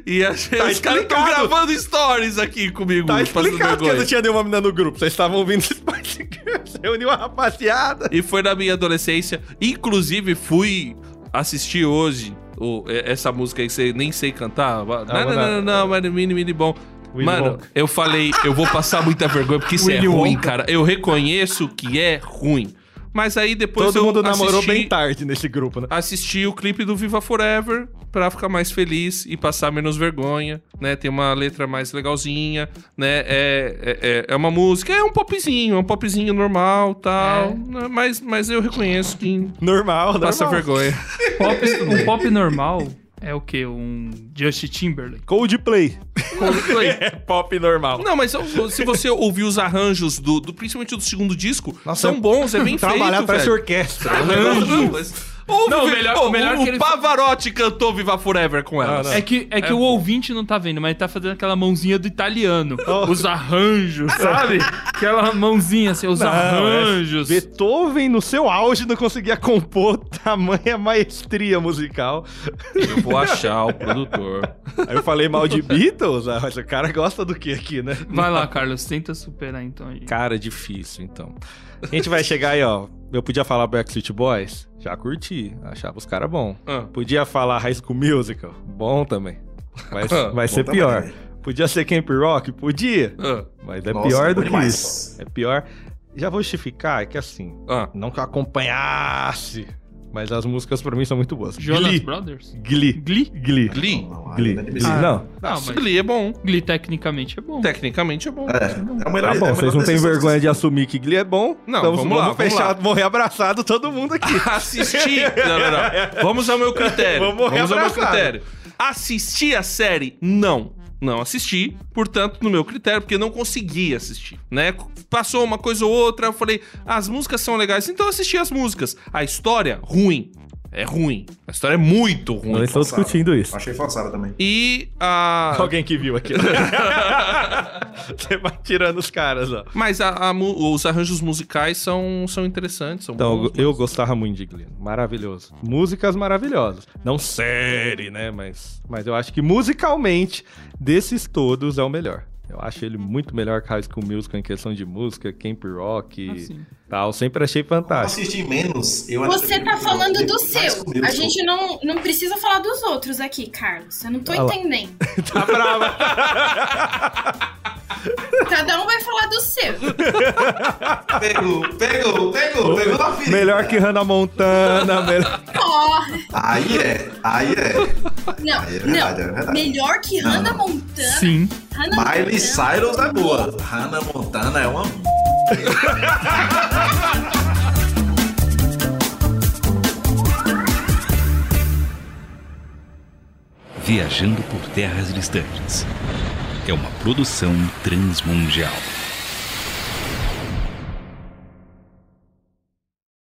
S2: E a gente, os caras estão
S3: Hum. Tá explicado.
S2: gravando stories aqui comigo,
S3: Tá
S2: fazendo
S3: explicado que eu não
S2: vergonha.
S3: tinha nenhuma mina no grupo. Vocês estavam ouvindo <laughs> Spice Girls. Reuniu a rapaziada.
S2: E foi na minha adolescência. Inclusive, fui assistir hoje o- é- essa música aí que você nem sei cantar. Não, não,
S3: Ah, vou
S2: não,
S3: dar-
S2: não, não, mas é mini, mini bom.
S3: Willy
S2: Mano,
S3: Wonka.
S2: eu falei, eu vou passar muita vergonha porque isso é
S6: Willy
S2: ruim,
S6: Wonka.
S2: cara. Eu reconheço que é ruim. Mas aí depois
S3: Todo
S2: eu
S3: mundo namorou
S2: assisti,
S3: bem tarde nesse grupo, né?
S2: assisti o clipe do Viva Forever pra ficar mais feliz e passar menos vergonha, né? Tem uma letra mais legalzinha, né? É, é, é- é uma música, é um popzinho, é um popzinho normal tal. né? Mas, mas eu reconheço que
S3: Normal, né?
S2: passa vergonha.
S6: Pop, um pop normal é o quê? Um Justin Timberlake?
S3: Coldplay.
S2: Coldplay.
S3: <laughs> É pop normal.
S2: Não, mas eu- se você ouvir os arranjos do, do- principalmente do segundo disco,
S3: Nossa,
S2: são bons, é bem
S3: Trabalhar
S2: feito,
S3: pra essa
S2: velho.
S3: orquestra.
S2: Não, não, mas- Ouve,
S6: Não, o
S2: velho.
S6: melhor-
S2: Pô,
S6: o melhor que ele-
S2: Pavarotti cantou Viva Forever com ela. assim,
S3: não.
S6: É que, é que o ouvinte não tá vendo, mas ele tá fazendo aquela mãozinha do italiano.
S3: Oh.
S6: Os <laughs> arranjos, sabe? Aquela mãozinha assim, os
S3: Não,
S6: arranjos.
S3: é- Beethoven, no seu auge, não conseguia compor tamanha maestria musical.
S2: Eu vou achar o produtor.
S3: Aí eu falei mal de Beatles, ah, mas o cara gosta do que aqui, né?
S6: Vai lá, Carlos, tenta superar então. gente.
S2: Cara, difícil, então.
S3: é A gente vai chegar aí, ó. Eu podia falar Backstreet Boys, já curti, achava os caras bom.
S2: Ah.
S3: Podia falar High School Musical, bom também. Mas vai ser
S5: Bom
S3: pior.
S5: também.
S3: Podia ser Camp Rock, podia,
S2: Ah,
S3: mas é
S5: né? Nossa,
S3: pior do
S5: bom
S3: que
S5: demais.
S3: isso. É pior. Já vou justificar que assim,
S2: ah.
S3: não que eu acompanhasse, mas as músicas pra mim são muito boas.
S6: Jonas
S3: Glee,
S6: Brothers?
S3: Glee,
S6: Glee?
S3: Glee, Glee.
S2: Glee.
S5: Não,
S3: Glee.
S5: ainda é
S3: Glee.
S5: difícil.
S3: Não,
S6: Não, mas
S2: Glee é bom.
S6: Glee tecnicamente é bom.
S2: Tecnicamente é bom.
S5: É,
S4: Ah,
S5: é a melhor,
S3: tá
S5: é a
S3: bom,
S5: melhor
S3: vocês não têm
S5: decisão que
S3: vergonha de assumir que Glee é bom.
S2: Não,
S3: Então,
S2: vamos lá, vamos
S3: fechar,
S2: lá.
S3: morrer abraçado todo mundo aqui.
S2: Assistir. <laughs> Não, não, não. Vamos ao meu critério.
S3: Vamos morrer
S2: ao meu
S3: abraçado.
S2: critério. Assistir a série? Não. Não assisti, portanto, no meu critério, porque não consegui assistir, né? Passou uma coisa ou outra, eu falei, as músicas são legais, então eu assisti as músicas. A história, ruim. É ruim. A história é muito ruim.
S3: Nós estamos
S5: forçado.
S3: discutindo isso.
S5: Achei forçado também.
S2: E
S3: <laughs>
S2: a.
S3: Alguém que viu aqui. Você vai tirando os caras, ó.
S2: Mas a- a mu- os arranjos musicais são, são interessantes, são
S3: Então,
S2: bons.
S3: eu, eu gostava muito de Glee. Maravilhoso. Músicas maravilhosas. Não série, né? Mas, mas eu acho que musicalmente, desses todos, é o melhor. Eu acho ele muito melhor que High School Musical em questão de música, Camp Rock
S6: Ah,
S3: e
S6: sim.
S3: tal. Sempre achei
S5: Eu
S3: fantástico.
S5: assisti menos. Eu ainda
S4: Você
S5: prefiro
S4: tá
S5: Camp
S4: falando
S5: Rock,
S4: do
S5: mas
S4: seu.
S5: com Deus,
S4: A gente não, não precisa falar dos outros aqui, Carlos. Eu não tô
S3: Ah lá.
S4: entendendo.
S3: Tá brava.
S4: Cada um vai falar do
S5: <laughs>
S4: seu.
S5: Pegou, pegou, pegou, pegou na
S3: <laughs>
S5: ferida.
S3: melhor que Hannah Montana. <laughs> melhor-
S4: Ó,
S5: Aí é, aí é.
S4: Não,
S5: É verdade, é
S4: não.
S5: verdade.
S4: Melhor que Hannah Montana.
S6: Sim.
S4: Hannah
S5: Miley
S4: Montana.
S5: Cyrus é boa. Hannah Montana é uma.
S1: Viajando por terras distantes. É uma produção transmundial.